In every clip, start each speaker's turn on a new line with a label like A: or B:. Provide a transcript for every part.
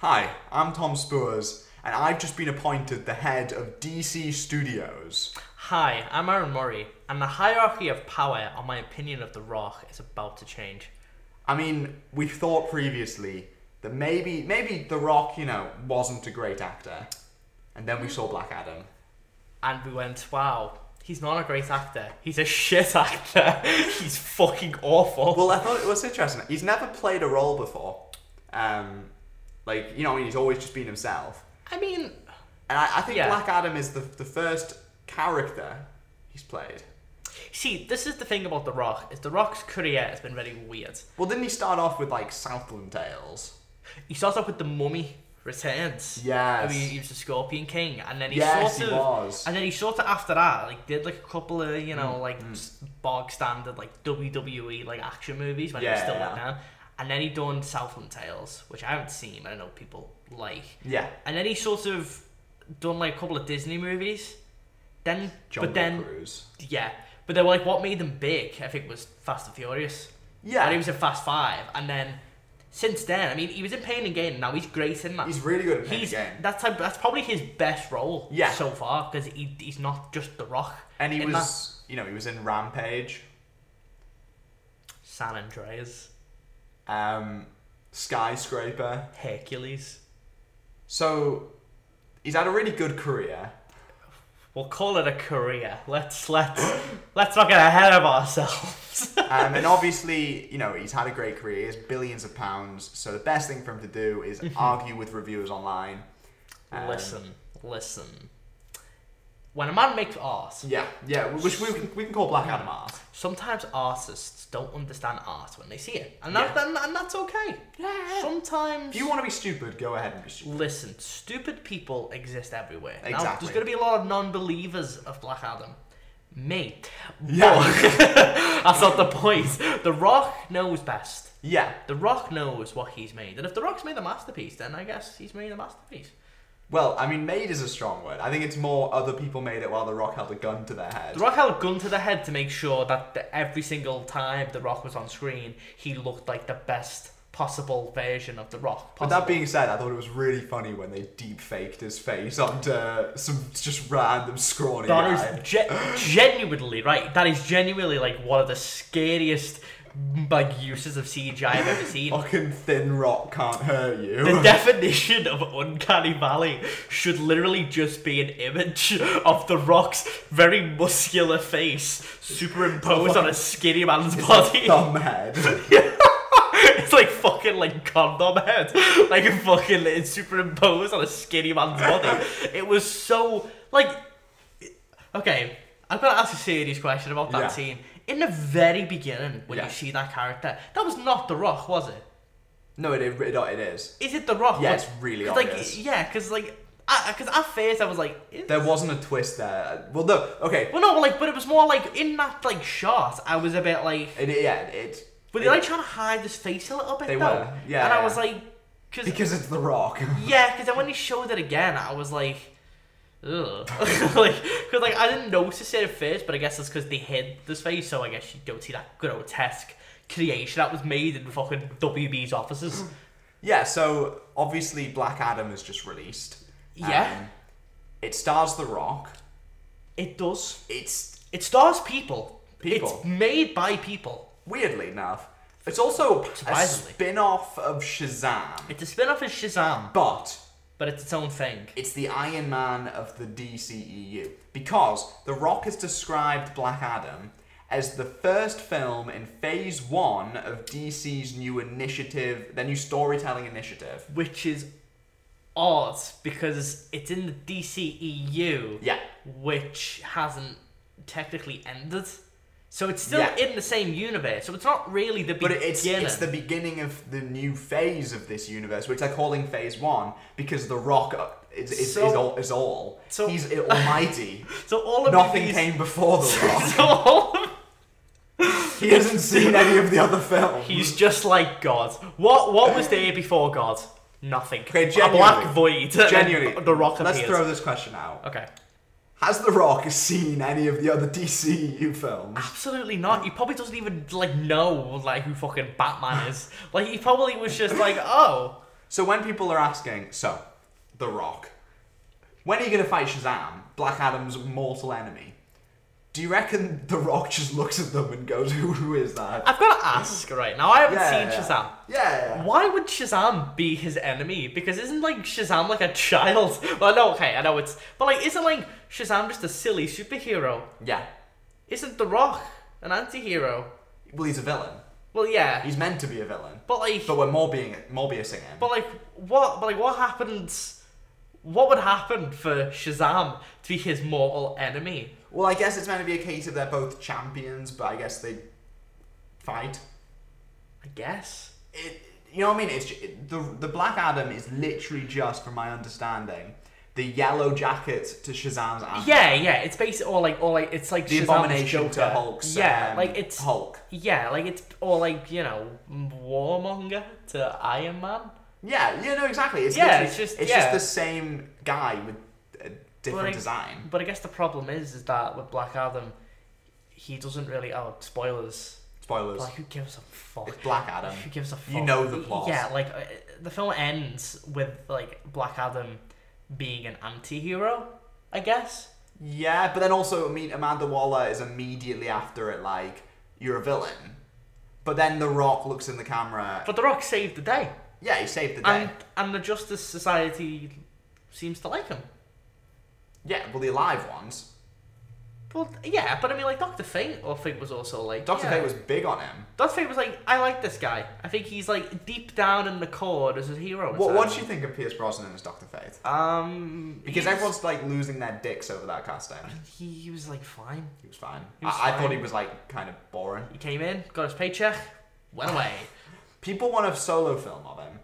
A: Hi, I'm Tom Spurs, and I've just been appointed the head of DC Studios.
B: Hi, I'm Aaron Murray, and the hierarchy of power on my opinion of The Rock is about to change.
A: I mean, we thought previously that maybe maybe The Rock, you know, wasn't a great actor. And then we saw Black Adam.
B: And we went, wow, he's not a great actor. He's a shit actor. he's fucking awful.
A: Well, I thought it was interesting. He's never played a role before. Um, like, you know, I mean, he's always just been himself.
B: I mean,
A: And I, I think
B: Yeah.
A: Black Adam is the, the first character he's played.
B: see, this is the thing about The Rock, is The Rock's career has been very weird.
A: Well, didn't he start off with, like, Southland Tales?
B: He starts off with The Mummy Returns.
A: Yes.
B: I mean, he was the Scorpion King, and then he
A: yes,
B: sort
A: he
B: of...
A: was. Mm,
B: And then he sort of after that, like, did like a couple of you know like just bog standard like WWE like action movies when he was
A: Yeah,
B: still
A: yeah.
B: like down. And then he done Southland Tales, which I haven't seen. but I know people like.
A: Yeah.
B: And then he sort of done like a couple of Disney movies. Then,
A: Jungle
B: but then
A: Cruise.
B: yeah, but they were like what made them big. I think was Fast and Furious.
A: Yeah.
B: And he was in Fast Five, and then since then, I mean, he was in Pain and Gain. and Now he's great in that.
A: He's really good at playing
B: He's
A: the game.
B: that's like, that's probably his best role
A: Yeah.
B: so far because he, he's not just the Rock.
A: And he
B: in
A: was, you know, he was in Rampage,
B: that. San Andreas,
A: um, Skyscraper.
B: Hercules.
A: So he's had a really good career.
B: We'll call it a career. Let's let's let's not get ahead of ourselves.
A: Um, and obviously, you know, he's had a great career. He has billions of pounds. So the best thing for him to do is argue with reviewers online. Um,
B: Mm-hmm. listen, listen. When a man makes art,
A: Yeah, yeah, which we, can- we can call Black Adam art.
B: sometimes artists don't understand art when they see it, and that, and, and that's okay. Sometimes
A: If you want to be stupid, go ahead and be stupid.
B: Listen, stupid people exist everywhere. Now,
A: Exactly.
B: there's going to be a lot of non-believers of Black Adam. Me.
A: Yeah.
B: But- that's not the point. The Rock knows best.
A: Yeah.
B: The Rock knows what he's made. And if The Rock's made a masterpiece, then I guess he's made a masterpiece.
A: Well, I mean, made is a strong word. I think it's more other people made it while The Rock held a gun to their head.
B: The Rock held a gun to the head to make sure that the, every single time The Rock was on screen, he looked like the best possible version of The Rock.
A: But that
B: possible.
A: being said, I thought it was really funny when they deep faked his face onto some just random scrawny
B: That
A: guy.
B: is ge- genuinely right. That is genuinely like one of the scariest like uses of CGI I've ever seen.
A: Fucking thin rock can't hurt you.
B: The definition of uncanny valley should literally just be an image of the rock's very muscular face superimposed on a skinny man's body.
A: Thumb head.
B: It's like fucking like condom head, like a fucking it's superimposed on a skinny man's body. It was so like, okay, I'm gonna ask a serious question about that
A: Yeah.
B: scene. In the very beginning, when
A: Yeah.
B: you see that character, that was not The Rock, was it?
A: no, it, it, it is.
B: Is it The Rock?
A: Yeah,
B: Like-
A: it's really
B: 'cause,
A: obvious.
B: Like, yeah, because like, because at first I was like, is-
A: There wasn't a twist there. Well, no, okay.
B: well, no, but like, but it was more like in that like shot, I was a bit like,
A: It, it- yeah, it.
B: were they
A: it-
B: like trying to hide his face a little bit?
A: They
B: though?
A: were, yeah,
B: and
A: yeah,
B: I was
A: yeah.
B: like, because
A: Because it's The Rock.
B: Yeah, because then when he showed it again, I was like, ugh. like, cause like I didn't notice it at first, but I guess that's because they hid this face, so I guess you don't see that grotesque creation that was made in fucking WB's offices.
A: yeah, so obviously Black Adam is just released.
B: Yeah.
A: Um, it stars The Rock.
B: it does.
A: It's
B: It stars people.
A: People.
B: It's made by people.
A: weirdly enough. It's also a
B: Surprisingly.
A: spin off of Shazam.
B: It's a spin off of Shazam,
A: But
B: but it's its own thing.
A: It's the Iron Man of the DCEU. Because The Rock has described Black Adam as the first film in phase one of DC's new initiative, their new storytelling initiative.
B: Which is odd because it's in the DCEU.
A: Yeah.
B: which hasn't technically ended. So it's still
A: Yeah.
B: in the same universe. So it's not really the
A: But
B: beginning.
A: it's, it's the beginning of the new phase of this universe, which they're calling phase one, because The Rock uh, is, is,
B: So-
A: is all. Is all.
B: so-
A: He's almighty.
B: so all of
A: Nothing
B: these,
A: came before The Rock.
B: So all of-
A: He hasn't seen any of the other films.
B: he's just like God. What what was there before God? Nothing.
A: Okay,
B: A black
A: genuinely.
B: void. and
A: Genuinely.
B: the rock
A: Let's
B: appears.
A: throw this question out.
B: Okay.
A: Has The Rock seen any of the other DCU films?
B: Absolutely not. He probably doesn't even like know like who fucking Batman is. Like he probably was just like, oh,
A: So when people are asking, so The Rock, when are you going to fight Shazam, Black Adam's mortal enemy? Do you reckon The Rock just looks at them and goes, "Who, who is that?"
B: I've got to ask right now. I haven't
A: Yeah,
B: seen
A: yeah.
B: Shazam.
A: Yeah.
B: Why would Shazam be his enemy? Because isn't like Shazam like a child? Well, no, okay, I know it's, but like, isn't like Shazam just a silly superhero?
A: Yeah.
B: Isn't The Rock an anti-hero?
A: Well, he's a villain.
B: Well, yeah,
A: He's meant to be a villain.
B: but like,
A: But we're Morbiusing, Morbiusing him.
B: but like, what? But like, what happens? What would happen for Shazam to be his mortal enemy?
A: Well, I guess it's meant to be a case of they're both champions, but I guess they fight.
B: I guess.
A: It, you know what I mean? It's ju- it, the the Black Adam is literally just, from my understanding, the Yellow Jacket to Shazam's anthem.
B: Yeah, yeah. It's basically or like or like it's like
A: The
B: Shazam's
A: Abomination to
B: Joker.
A: Hulk's.
B: Yeah,
A: um,
B: like it's
A: Hulk.
B: yeah, like it's or like you know Warmonger to Iron Man.
A: Yeah, yeah, no, exactly. It's
B: Yeah,
A: literally-
B: it's just-
A: it's just
B: yeah.
A: the same guy with a different
B: Like-
A: design.
B: But I guess the problem is is that with Black Adam, he doesn't really. Oh, spoilers!
A: Spoilers.
B: Like, who gives a fuck?
A: it's Black Adam.
B: Who gives a fuck?
A: Um, You know the plot.
B: Yeah, like uh, the film ends with like Black Adam being an anti-hero, I guess.
A: Yeah, but then also I mean Amanda Waller is immediately after it like you're a villain. But then The Rock looks in the camera.
B: But The Rock saved the day,
A: yeah, he saved the day.
B: and and the Justice Society seems to like him.
A: yeah, well the alive ones.
B: Well, yeah, but I mean, like Doctor Fate or Fate was also like
A: Doctor
B: yeah.
A: Fate was big on him.
B: Doctor Fate was like, I like this guy. I think he's like deep down in the core as a hero.
A: What
B: inside.
A: what do you think of Pierce Brosnan as Doctor Fate?
B: Um,
A: Because
B: he was-
A: everyone's like losing their dicks over that casting.
B: he, he was like fine.
A: He was fine.
B: He was
A: I, I thought
B: fine.
A: he was like kind of boring.
B: He came in, got his paycheck, went away.
A: People want a solo film of him,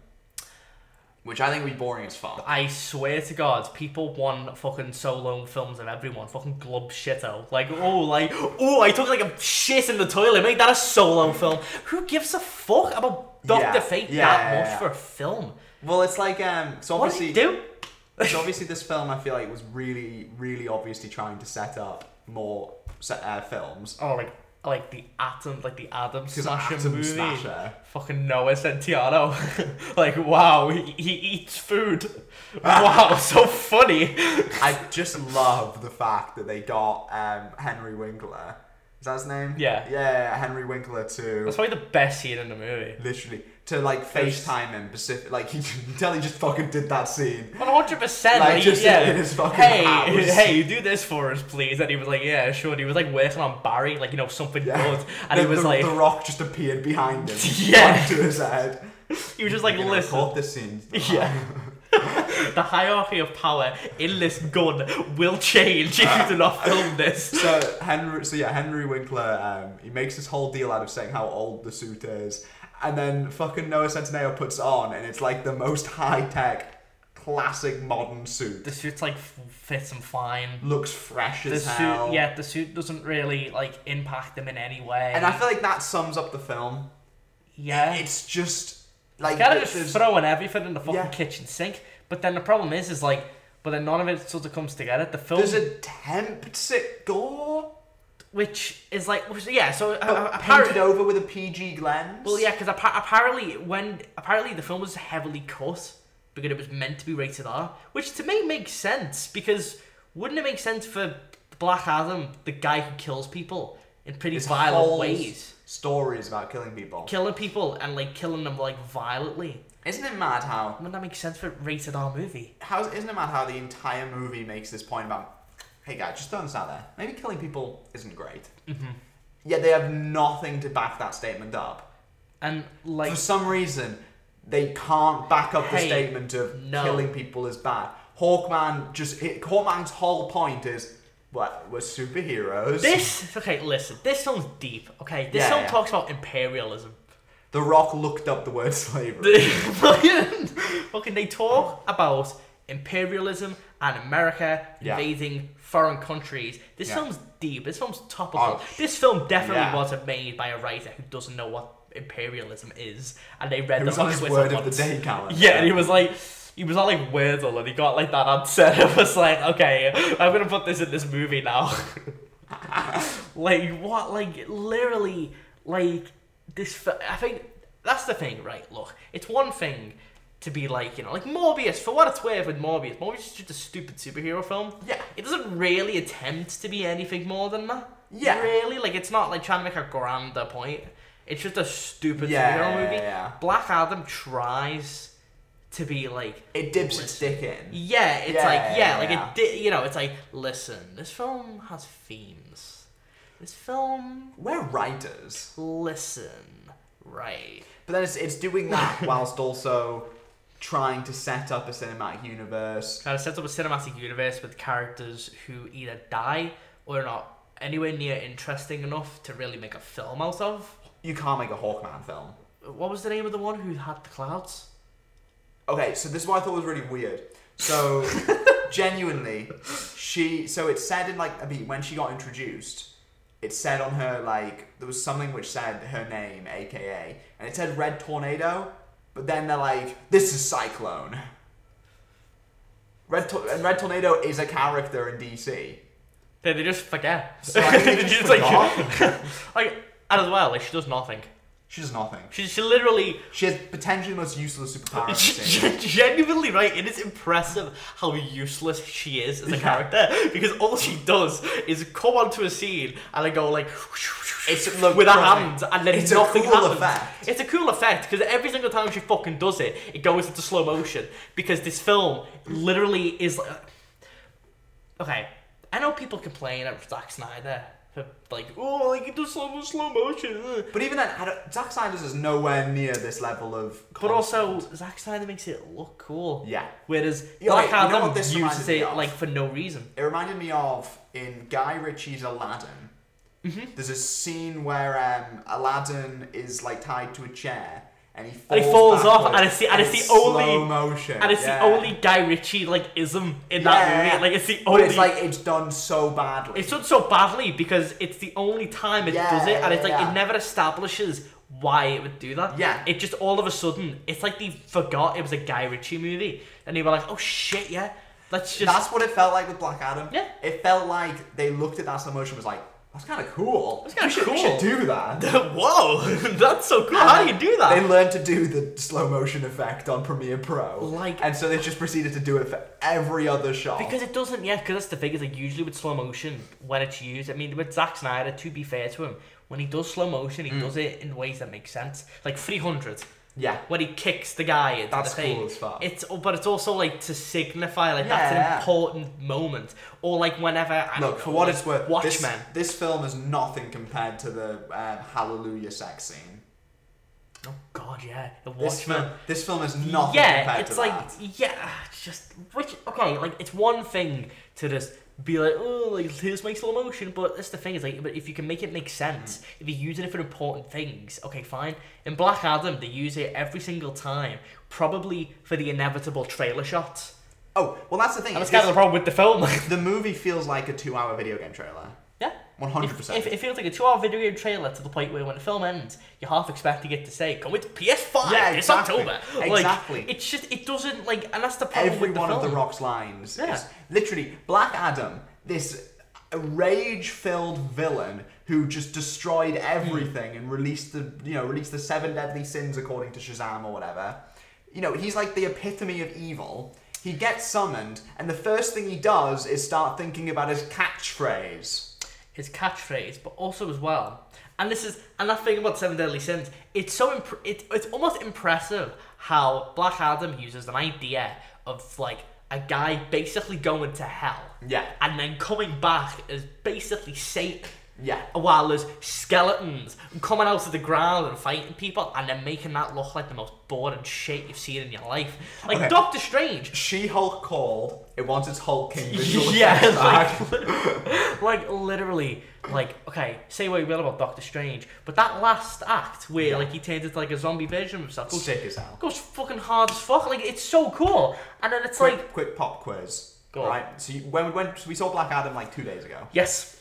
A: which I think would be boring as fuck.
B: I swear to God, people want fucking solo films of everyone. Fucking glub shitto. Like, oh, like, oh, I took like a shit in the toilet. Make that a solo film. Who gives a fuck about Doctor
A: Yeah,
B: Fate
A: yeah,
B: that
A: yeah,
B: much
A: yeah.
B: for a film?
A: Well, it's like um. So
B: What did
A: obviously,
B: he do?
A: So obviously, this film I feel like was really, really obviously trying to set up more set, uh, films
B: Oh, like like the atom, like the Adam
A: because
B: Smasher
A: Atom
B: movie.
A: Smasher.
B: Fucking Noah Centeno. like, wow, he, he eats food. wow, so funny.
A: I just love the fact that they got um, Henry Winkler. Is that his name?
B: Yeah.
A: Yeah, Henry Winkler to
B: That's probably the best scene in the movie.
A: literally to like FaceTime him specific. Like he you can tell he just fucking did that scene.
B: One hundred percent.
A: Like,
B: Like,
A: just
B: yeah.
A: in his fucking
B: hey,
A: house.
B: hey, do this for us, please. And he was like, yeah, sure. And he was like working on Barry, like you know something
A: Yeah.
B: good. And
A: the,
B: he was
A: the,
B: like,
A: the rock just appeared behind him.
B: Yeah.
A: onto his head.
B: he was just like,
A: You're gonna
B: listen,
A: record this scene.
B: Yeah. the hierarchy of power in this gun will change if you do not film this.
A: So Henry, so yeah, Henry Winkler, um, he makes this whole deal out of saying how old the suit is, and then fucking Noah Centineo puts it on, and it's like the most high tech, classic modern suit.
B: The suit's like f- fits him fine.
A: Looks fresh
B: the
A: as
B: suit
A: hell.
B: yeah the suit doesn't really like impact them in any way
A: And I feel like that sums up the film.
B: yeah
A: It's just like
B: kind
A: th-
B: of
A: there's-
B: just throwing everything in the fucking
A: Yeah.
B: kitchen sink but then the problem is is like but then none of it sort of comes together the film
A: there's attempts at gore,
B: which is like which, yeah so
A: but
B: uh,
A: painted
B: apparently
A: over with a PG lens.
B: well yeah because appa- apparently when apparently the film was heavily cut because it was meant to be rated R which to me makes sense because wouldn't it make sense for Black Adam the guy who kills people in pretty
A: His
B: violent
A: whole
B: ways
A: Stories about killing people.
B: killing people and like killing them like violently
A: Isn't it mad how
B: Wouldn't that make sense for a rated R movie?
A: how isn't it mad how the entire movie makes this point about hey guys just don't start there maybe killing people isn't great
B: Mm-hmm.
A: yet they have nothing to back that statement up
B: And like,
A: for some reason they can't back up the
B: Hey,
A: statement of
B: no.
A: killing people is bad hawkman just it, hawkman's whole point is what we're superheroes
B: this okay, listen, this film's deep. Okay, this
A: Yeah,
B: film
A: yeah.
B: talks about imperialism.
A: the rock looked up the word slavery
B: fucking, fucking they talk about imperialism and America
A: Yeah.
B: invading foreign countries. This
A: Yeah.
B: film's deep. This film's topical.
A: Oh,
B: this film definitely
A: yeah.
B: wasn't made by a writer who doesn't know what imperialism is, and they read
A: it was
B: that
A: on
B: on
A: his
B: Twitter
A: word of the
B: once.
A: day calendar
B: Yeah, and he was like, he was on like Wordle, and he got like that answer. I was like, okay, I'm gonna put this in this movie now. like what? Like literally, like this. fi- I think that's the thing, right? Look, it's one thing to be like, you know, like Morbius, for what it's worth with Morbius, Morbius is just a stupid superhero film.
A: Yeah.
B: It doesn't really attempt to be anything more than that.
A: Yeah.
B: Really? Like, it's not like trying to make a grander point. It's just a stupid
A: Yeah, yeah,
B: superhero movie.
A: yeah.
B: Black Adam tries to be like,
A: It dips its dick in.
B: yeah, it's
A: Yeah, yeah,
B: like, yeah, like
A: yeah.
B: it did, you know, it's like, listen, this film has themes. This film,
A: We're writers,
B: listen, right.
A: but then it's, it's doing that whilst also trying to set up a cinematic universe.
B: Kind of sets up a cinematic universe with characters who either die or are not anywhere near interesting enough to really make a film out of.
A: You can't make a Hawkman film.
B: What was the name of the one who had the clouds?
A: Okay, so this is what I thought was really weird. So, genuinely, she. So it said in like, I mean, when she got introduced, it said on her, like, there was something which said her name, aka, and it said Red Tornado, but then they're like, this is Cyclone. Red Tor- and Red Tornado is a character in DC.
B: They, they just forget.
A: So I think they just
B: It's like,
A: forgot.
B: like, and as well, like, she does nothing.
A: She does nothing.
B: She, she literally
A: She has potentially the most useless superpower I've seen.
B: Gen- Genuinely right. It is impressive how useless she is as a
A: Yeah.
B: character because all she does is come onto a scene and I go like
A: It's- look,
B: with her
A: trust me,
B: hands and then
A: it's a
B: nothing
A: cool
B: happens.
A: effect.
B: It's a cool effect because every single time she fucking does it, it goes into slow motion because this film literally is like. Okay, I know people complain at Zack Snyder for like, oh, like it does slow slow motion. ugh."
A: But even then, I don't, Zack Snyder's is nowhere near this level of.
B: But also, Zack Snyder makes it look cool.
A: Yeah.
B: Whereas
A: Yeah,
B: Black
A: like, you know
B: Adam
A: what this reminds
B: uses
A: me
B: it
A: of?
B: like for no reason.
A: It reminded me of in Guy Ritchie's Aladdin.
B: Mm-hmm.
A: There's a scene where um, Aladdin is like tied to a chair and he falls,
B: And he falls off,
A: backwards
B: and it's the- and it's the
A: in
B: only-
A: slow motion,
B: And it's
A: yeah.
B: the only Guy Ritchie like ism in
A: Yeah.
B: that movie. Like it's the
A: But
B: only.
A: it's like it's done so badly.
B: it's done so badly because it's the only time it
A: Yeah,
B: does it, and it's like
A: yeah, yeah.
B: it never establishes why it would do that.
A: Yeah.
B: It just all of a sudden, it's like they forgot it was a Guy Ritchie movie, and they were like, "Oh shit, yeah, let's just."
A: That's what it felt like with Black Adam.
B: Yeah.
A: It felt like they looked at that slow motion and was like, "That's kind of cool. That's
B: kinda
A: We
B: cool."
A: should do that."
B: Whoa, that's so cool. How do you do that?
A: They learned to do the slow motion effect on Premiere Pro,
B: Like-
A: and so they just proceeded to do it for every other shot.
B: Because it doesn't, yeah, because that's the thing, is like usually with slow motion, when it's used, I mean, with Zack Snyder, to be fair to him, when he does slow motion, he
A: Hmm.
B: does it in ways that make sense. Like 300,
A: yeah,
B: when he kicks the guy into
A: That's
B: the thing.
A: cool as fuck.
B: It's, oh, but it's also like to signify, like, that's
A: Yeah.
B: an important moment. Or like whenever, I don't
A: Look,
B: know,
A: for what
B: like,
A: it's worth,
B: Watchmen.
A: This, this film is nothing compared to the um, Hallelujah sex scene.
B: Oh, God, yeah. The
A: This
B: Watchmen.
A: film, this film is nothing
B: yeah,
A: compared
B: it's
A: to
B: like
A: that.
B: yeah, it's just which okay, like it's one thing to just be like, oh, like here's my slow motion, but that's the thing is like, but if you can make it make sense,
A: Mm.
B: if you're using it for important things, okay, fine. In Black Adam, they use it every single time, probably for the inevitable trailer shot.
A: Oh, well, that's the thing.
B: And that's
A: is
B: kind of the problem with the film.
A: the movie feels like a two-hour video game trailer.
B: yeah.
A: One hundred percent.
B: If, if it feels like a two-hour video game trailer to the point where when the film ends, you're half expecting it to say, "Come with PS5
A: Yeah,
B: this
A: exactly.
B: October." Like,
A: Exactly.
B: It's just it doesn't like, and that's the problem
A: Every
B: with the
A: one
B: film.
A: of the Rock's lines
B: Yeah.
A: is literally Black Adam. This rage-filled villain who just destroyed
B: Hmm.
A: everything and released the you know released the seven deadly sins according to Shazam or whatever. You know he's like the epitome of evil. He gets summoned, and the first thing he does is start thinking about his catchphrase.
B: his catchphrase, but also as well. And this is and that thing about Seven Deadly Sins. It's so imp- it, it's almost impressive how Black Adam uses an idea of like a guy basically going to hell,
A: Yeah.
B: and then coming back as basically Satan.
A: Yeah.
B: While there's skeletons coming out of the ground and fighting people, and then making that look like the most boring shit you've seen in your life. Like
A: Okay.
B: Doctor Strange,
A: She Hulk called. It wants its Hulk King visual
B: yeah,
A: effects back.
B: like, lit- like literally, like okay, say what you will about Doctor Strange, but that last act where like he turns into like a zombie version of himself goes,
A: Sick as hell.
B: goes fucking hard as fuck. Like it's so cool, and then it's like
A: quick, quick pop quiz.
B: Go on.
A: Right. So you, when when so we saw Black Adam like two days ago.
B: yes,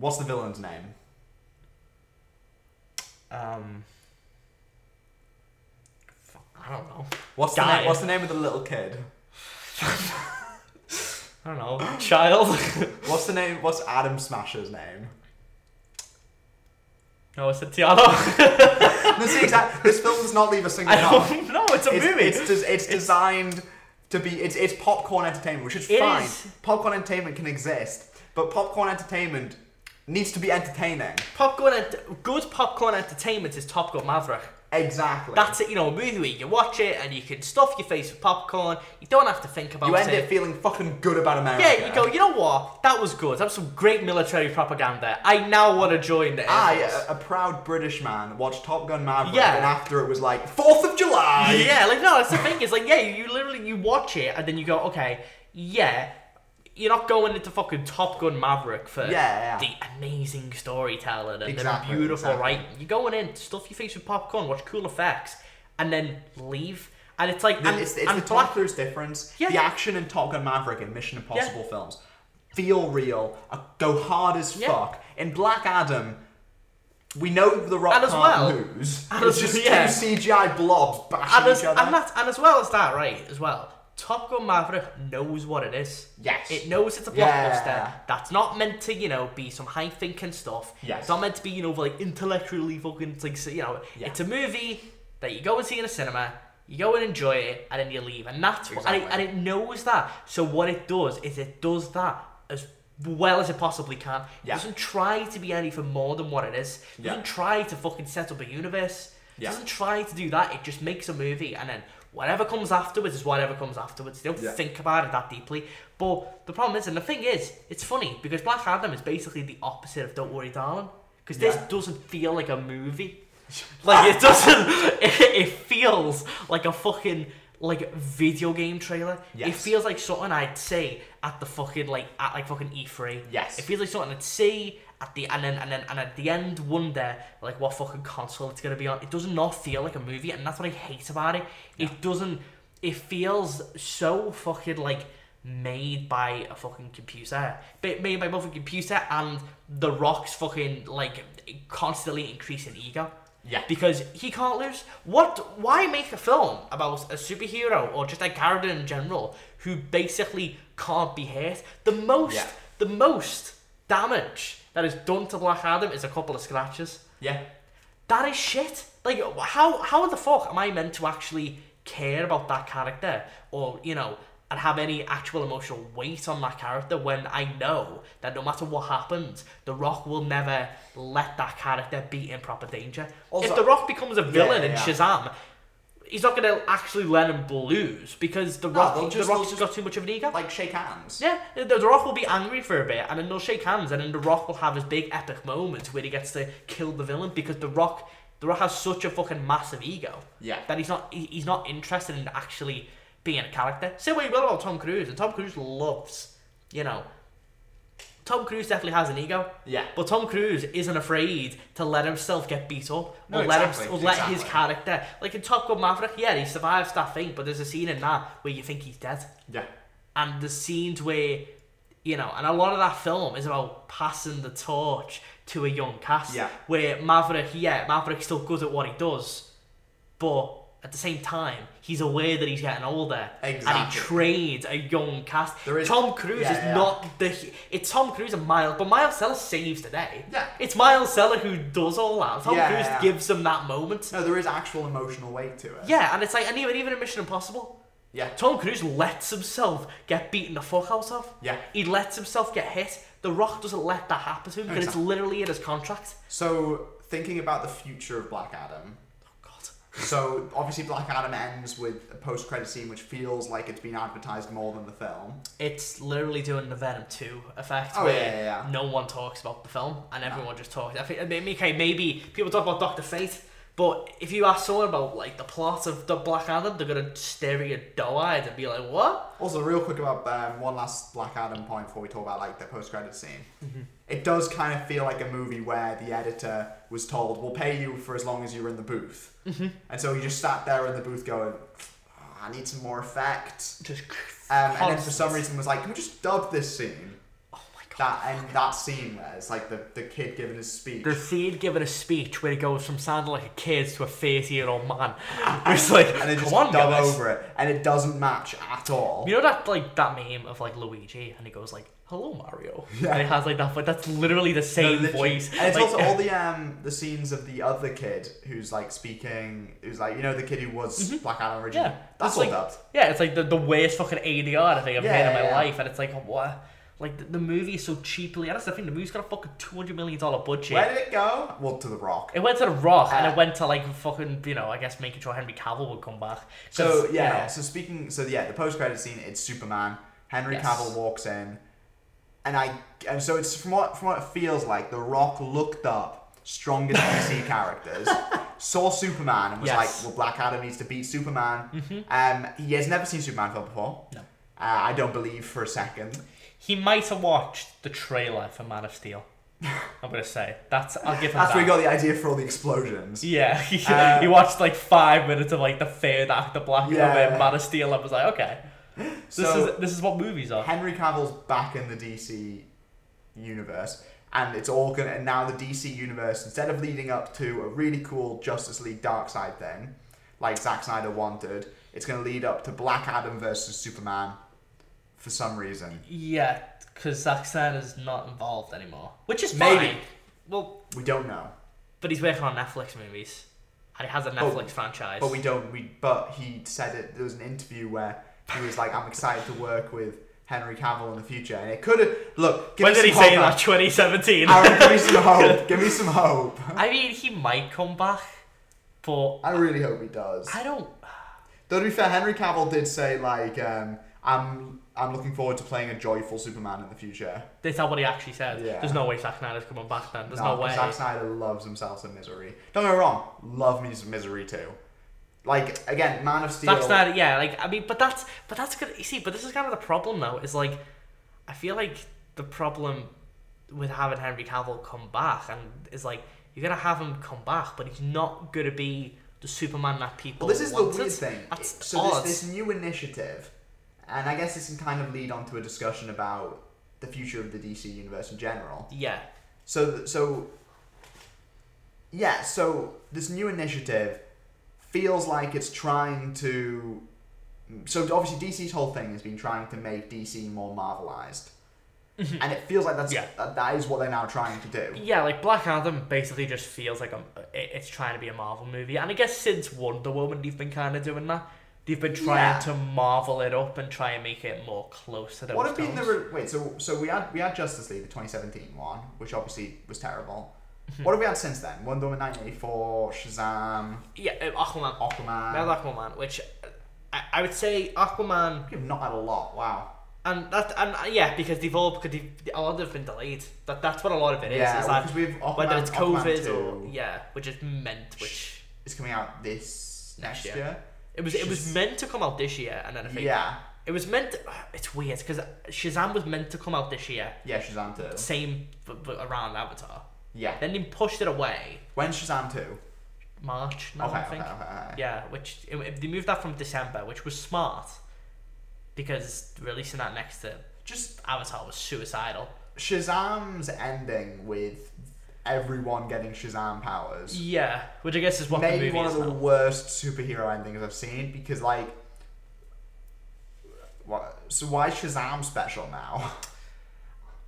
A: What's the villain's name?
B: um, fuck, I don't know,
A: What's the,
B: Guy.
A: na- what's the name of the little kid?
B: I don't know, child.
A: What's the name? What's Adam Smasher's name?
B: no, it's a Tiano.
A: This, is exact- this film does not leave a single
B: I
A: mark.
B: don't know. It's a
A: It's,
B: movie.
A: it's, des- it's designed to be. It's, it's popcorn entertainment, which is
B: It
A: fine.
B: is.
A: Popcorn entertainment can exist, but popcorn entertainment needs to be entertaining.
B: popcorn. Ent- good popcorn entertainment is Top Gun Maverick.
A: Exactly.
B: That's it. You know, a movie where you watch it and you can stuff your face with popcorn. You don't have to think about
A: you end
B: it.
A: up feeling fucking good about America.
B: yeah, you go. You know what? That was good. That was some great military propaganda. I now want to join the Air
A: I,
B: Force."
A: a, a proud British man, watched Top Gun Maverick,
B: Yeah.
A: and after it was like Fourth of July.
B: yeah, like no, that's the thing. It's like yeah, you literally you watch it and then you go, okay, yeah, you're not going into fucking Top Gun Maverick for
A: Yeah, yeah.
B: the amazing storytelling and
A: Exactly,
B: the beautiful
A: exactly.
B: writing. You're going in, stuff your face with popcorn, watch cool effects, and then leave. And it's like
A: And
B: and,
A: it's, it's
B: and
A: the Tom
B: Black
A: Cruise difference.
B: Yeah.
A: The action in Top Gun Maverick and Mission Impossible films feel real, uh, go hard as
B: Yeah.
A: fuck. In Black Adam, we know the Rock
B: And as
A: can't
B: well-
A: lose.
B: and
A: it's
B: as-
A: just
B: yeah.
A: two CGI blobs
B: and
A: bashing
B: as,
A: each other.
B: and, that, and as well as that, right? As well, Top Gun Maverick knows what it is.
A: Yes.
B: it knows it's a blockbuster.
A: Yeah.
B: That's not meant to, you know, be some high thinking stuff.
A: Yes.
B: it's not meant to be, you know, like intellectually fucking like so- you know,
A: Yeah.
B: it's a movie that you go and see in a cinema. You go and enjoy it, and then you leave, and that's what, and, it, and
A: Exactly.
B: it knows that. So what it does is it does that as well as it possibly can.
A: Yeah.
B: It doesn't try to be anything more than what it is. It
A: Yeah.
B: doesn't try to fucking set up a universe. It
A: Yeah.
B: doesn't try to do that. It just makes a movie, and then whatever comes afterwards is whatever comes afterwards. They don't
A: Yeah.
B: think about it that deeply. But the problem is, and the thing is, it's funny because Black Adam is basically the opposite of Don't Worry, Darling, because this
A: Yeah.
B: doesn't feel like a movie. Like it doesn't. It, it feels like a fucking like video game trailer. It
A: Yes.
B: feels like something I'd say at the fucking like at like fucking E three.
A: Yes.
B: It feels like something I'd see at the and then and then and at the end wonder like what fucking console it's gonna be on. It does not feel like a movie, and that's what I hate about it. It doesn't. It feels so fucking like made by a fucking computer, Ba- made by a fucking computer, and The Rock's fucking like constantly increasing ego.
A: Yeah.
B: Because he can't lose. What? Why make a film about a superhero or just a character in general who basically can't be hurt? The most,
A: Yeah.
B: the most damage that is done to Black Adam is a couple of scratches.
A: yeah.
B: That is shit. Like, how how the fuck am I meant to actually care about that character or you know and have any actual emotional weight on that character when I know that no matter what happens, The Rock will never let that character be in proper danger.
A: Also-
B: if The Rock becomes a villain
A: yeah,
B: in Shazam. He's not gonna actually let him lose because the rock,
A: they'll
B: the
A: just-
B: rock's
A: they'll just-
B: got too much of an ego.
A: Like shake hands.
B: Yeah, the, the Rock will be angry for a bit, and then they'll shake hands, and then the Rock will have his big epic moment where he gets to kill the villain because the Rock, the Rock has such a fucking massive ego
A: Yeah.
B: that he's not he, he's not interested in actually being a character. Say what you will about Tom Cruise, and Tom Cruise loves, you know, Tom Cruise definitely has an ego.
A: Yeah.
B: But Tom Cruise isn't afraid to let himself get beat up
A: No,
B: or
A: exactly,
B: let him, or let his
A: exactly.
B: character like in Top Gun Maverick. Yeah, he survives that thing, but there's a scene in that where you think he's dead
A: Yeah.
B: and the scenes where you know and a lot of that film is about passing the torch to a young cast
A: Yeah.
B: where maverick yeah maverick's still good at what he does but at the same time he's aware that he's getting older and he
A: Exactly.
B: trains a young cast
A: There is-
B: tom cruise
A: yeah,
B: is
A: yeah.
B: not the it's tom cruise and miles but miles seller saves the day
A: Yeah.
B: it's miles seller who does all that tom
A: Yeah,
B: cruise
A: yeah.
B: gives him that moment
A: No, there is actual emotional weight to it.
B: yeah and it's like and even even in mission impossible
A: Yeah.
B: Tom Cruise lets himself get beaten the fuck out of.
A: Yeah.
B: He lets himself get hit. The Rock doesn't let that happen to him because
A: Exactly.
B: it's literally in his contract.
A: So thinking about the future of Black Adam,
B: Oh God.
A: So obviously, Black Adam ends with a post-credit scene, which feels like it's been advertised more than the film.
B: It's literally doing the Venom 2 effect
A: Oh,
B: where
A: yeah, yeah, yeah.
B: no one talks about the film and everyone just talks. I think, I mean, okay, maybe people talk about Doctor Fate, but if you ask someone about like the plot of the Black Adam, they're gonna stare at you doe-eyed and be like, "What?"
A: Also, real quick about um, one last Black Adam point before we talk about like the post-credit scene.
B: Mm-hmm.
A: It does kind of feel like a movie where the editor was told, "We'll pay you for as long as you're in the booth,"
B: Mm-hmm.
A: and so you just sat there in the booth going, "Ah, "I need some more effects,"
B: Just
A: um, and then for
B: constant-
A: some reason was like, "Can we just dub this scene?"
B: Oh my God.
A: That and that scene where it's like the, the kid giving his speech.
B: The scene giving a speech where he goes from sounding like a kid to a 30 year old man. It's like,
A: and they just
B: come on,
A: dub
B: guys.
A: over it, and it doesn't match at all.
B: You know that like that meme of like Luigi and he goes like, "Hello Mario,"
A: Yeah.
B: and it has like that. voice. that's literally the
A: No,
B: same
A: literally.
B: voice.
A: And it's
B: like,
A: also all the um the scenes of the other kid who's like speaking, who's like you know the kid who was Black Adam originally.
B: Mm-hmm. yeah,
A: That's
B: it's
A: all
B: like,
A: dubbed.
B: Yeah, it's like the, the worst fucking ADR I think I've
A: Yeah,
B: heard in my
A: yeah, yeah.
B: life, and it's like what? Like the, the movie is so cheaply. And that's the thing. The movie's got a fucking two hundred million dollar budget.
A: Where did it go? Well, to the Rock.
B: it went to The Rock, and
A: Uh,
B: it went to like fucking you know, I guess making sure Henry Cavill would come back. 'Cause,
A: So yeah,
B: you know,
A: so speaking, so yeah, the post credit scene, it's Superman. Henry
B: Yes.
A: Cavill walks in, and I and so it's from what from what it feels like. The Rock looked up strongest DC characters, saw Superman, and was
B: Yes. Mm-hmm.
A: like, "Well, Black Adam needs to beat Superman." Um, he has never seen Superman film before.
B: No.
A: Uh, I don't believe for a second.
B: he might have watched the trailer for Man of Steel. I'm gonna say that's. I'll give him
A: That's
B: that.
A: where we got the idea for all the explosions.
B: Yeah, he,
A: Uh,
B: he watched like five minutes of like the third act of Black
A: Yeah.
B: Adam and Man of Steel and was like, okay, this
A: so
B: is this is what movies are.
A: Henry Cavill's back in the DC universe, and it's all gonna. And now the DC universe, instead of leading up to a really cool Justice League Dark Side thing, like Zack Snyder wanted, it's gonna lead up to Black Adam versus Superman, for some reason.
B: Yeah, because Zack Snyder's not involved anymore, which is
A: Maybe.
B: fine. Well,
A: We don't know,
B: but he's working on Netflix movies, and he has a Netflix franchise.
A: but we don't. We but he said it. There was an interview where he was like, "I'm excited to work with." Henry Cavill in the future, and it could have look. Give
B: when
A: me
B: did
A: some
B: he say
A: hope,
B: that? 2017.
A: Aaron, give me some hope. Give me some hope.
B: I mean, he might come back, but
A: I really hope he does.
B: I don't.
A: Though to be fair, Henry Cavill did say like, um, "I'm I'm looking forward to playing a joyful Superman in the future."
B: Is that what he actually said?
A: Yeah.
B: There's no way Zack Snyder's coming back then. There's
A: Nah,
B: no, way.
A: Zack Snyder loves himself some misery. Don't get me wrong, love me some misery too. Like again, Man of Steel.
B: That's not yeah, like I mean, but that's but that's good. You see, but this is kind of the problem now. Is like, I feel like the problem with having Henry Cavill come back and is like you're gonna have him come back, but he's not gonna be the Superman that people.
A: Well, this is
B: wanted.
A: the weird thing.
B: That's
A: so
B: odd.
A: this, this new initiative, and I guess this can kind of lead on to a discussion about the future of the DC universe in general.
B: yeah,
A: So, th- so yeah, so this new initiative feels like it's trying to. So obviously, DC's whole thing has been trying to make DC more Marvelized, and it feels like that's
B: Mm-hmm. Yeah.
A: that, that is what they're now trying to do.
B: yeah, like Black Adam basically just feels like a, it- it's trying to be a Marvel movie, and I guess since Wonder Woman, they've been kind of doing that. They've been trying
A: Yeah.
B: to marvel it up and try and make it more close to those.
A: What have been
B: films.
A: the re- wait? So so we had we had Justice League, the 2017 one, which obviously was terrible.
B: Mm-hmm.
A: What have we had since then? Wonder Woman 1984, Shazam,
B: yeah, uh, Aquaman.
A: Aquaman.
B: Mad Aquaman, which I, I would say Aquaman,
A: We've not had a lot. Wow.
B: and that and uh, yeah, because they've all because they've, a lot of them have been delayed. That that's what a lot of it is.
A: yeah,
B: is
A: well,
B: that
A: because we've Aquaman,
B: whether it's
A: Aquaman
B: COVID
A: 2.
B: or yeah, which is meant, which
A: It's coming out this
B: Next
A: next
B: year.
A: year.
B: it was it was meant to come out this year, and then I think
A: Yeah,
B: it was meant. To, it's weird because Shazam was meant to come out this year,
A: yeah, Shazam two.
B: same but, but around Avatar.
A: Yeah,
B: Then they pushed it away
A: when's Shazam two?
B: March now,
A: Okay,
B: I
A: okay,
B: think.
A: okay, okay.
B: Yeah, which it, it- they moved that from December, which was smart because releasing that next uh, to
A: Just
B: Avatar was suicidal.
A: Shazam's ending with everyone getting Shazam powers.
B: Yeah, which I guess is what the
A: Maybe
B: movie
A: one
B: is
A: of the
B: now.
A: worst superhero endings I've seen because like. What? So why is Shazam special now?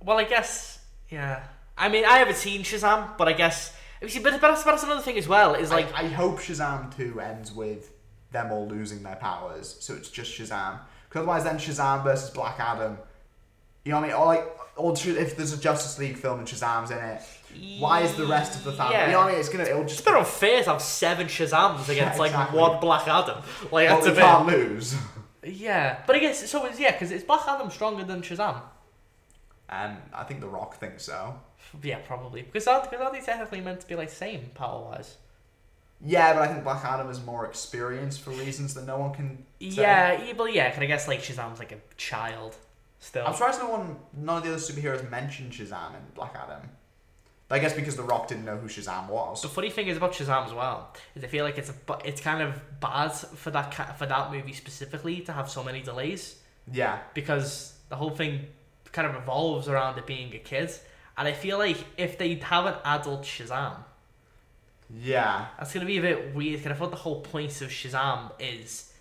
B: Well, I guess yeah. I mean, I haven't seen Shazam, but I guess you see, but, but, that's, but that's another thing as well. Is like
A: Like I hope Shazam two ends with them all losing their powers, so it's just Shazam. Because otherwise, then Shazam versus Black Adam. You know what I mean? Or like, or Sh- if there's a Justice League film and Shazam's in it, why is the rest of the family?
B: Yeah.
A: You know what I mean? It's gonna, it'll just
B: it's a bit unfair to have seven Shazams against like
A: exactly.
B: one Black Adam. Like
A: well,
B: that's
A: we
B: a
A: can't lose.
B: bit. Yeah, but I guess so. It's yeah, because it's Black Adam stronger than Shazam.
A: And I think The Rock thinks so.
B: Yeah, probably because aren't, because aren't they technically meant to be like same power wise?
A: Yeah, but I think Black Adam is more experienced for reasons that no one can. say.
B: Yeah, yeah, but yeah, can I guess like Shazam's like a child still?
A: I'm surprised no one, none of the other superheroes mentioned Shazam in Black Adam. I guess because The Rock didn't know who Shazam was.
B: The funny thing is about Shazam as well is I feel like it's a bu- it's kind of bad for that ca- for that movie specifically to have so many delays
A: Yeah.
B: because the whole thing kind of revolves around it being a kid. And I feel like if they have an adult Shazam,
A: Yeah.
B: that's gonna be a bit weird. Because I thought the whole point of Shazam is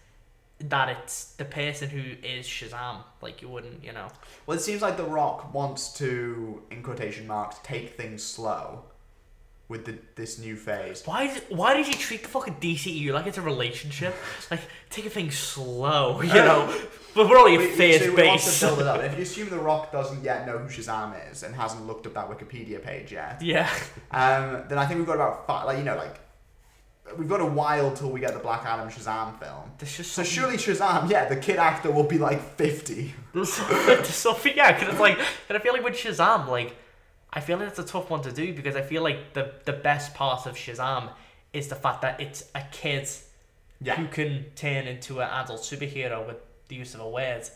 B: that it's the person who is Shazam. Like you wouldn't, you know.
A: Well, it seems like The Rock wants to, in quotation marks, take things slow with the, this new phase.
B: Why did why did you treat the fucking DCEU like it's a relationship? Like take things slow, you know. But we're only
A: Uh, We-
B: at
A: we-
B: phase
A: so we want to
B: base.
A: build it up. If you assume The Rock doesn't yet know who Shazam is and hasn't looked up that Wikipedia page yet,
B: Yeah.
A: um, then I think we've got about five, like you know, like we've got a while till we get the Black Adam Shazam film.
B: There's just
A: So surely
B: something,
A: Shazam, yeah, the kid actor will be like fifty.
B: there's, there's something yeah, because it's like and I feel like with Shazam, like I feel like it's a tough one to do because I feel like the the best part of Shazam is the fact that it's a kid
A: Yeah,
B: who can turn into an adult superhero with the use of a word.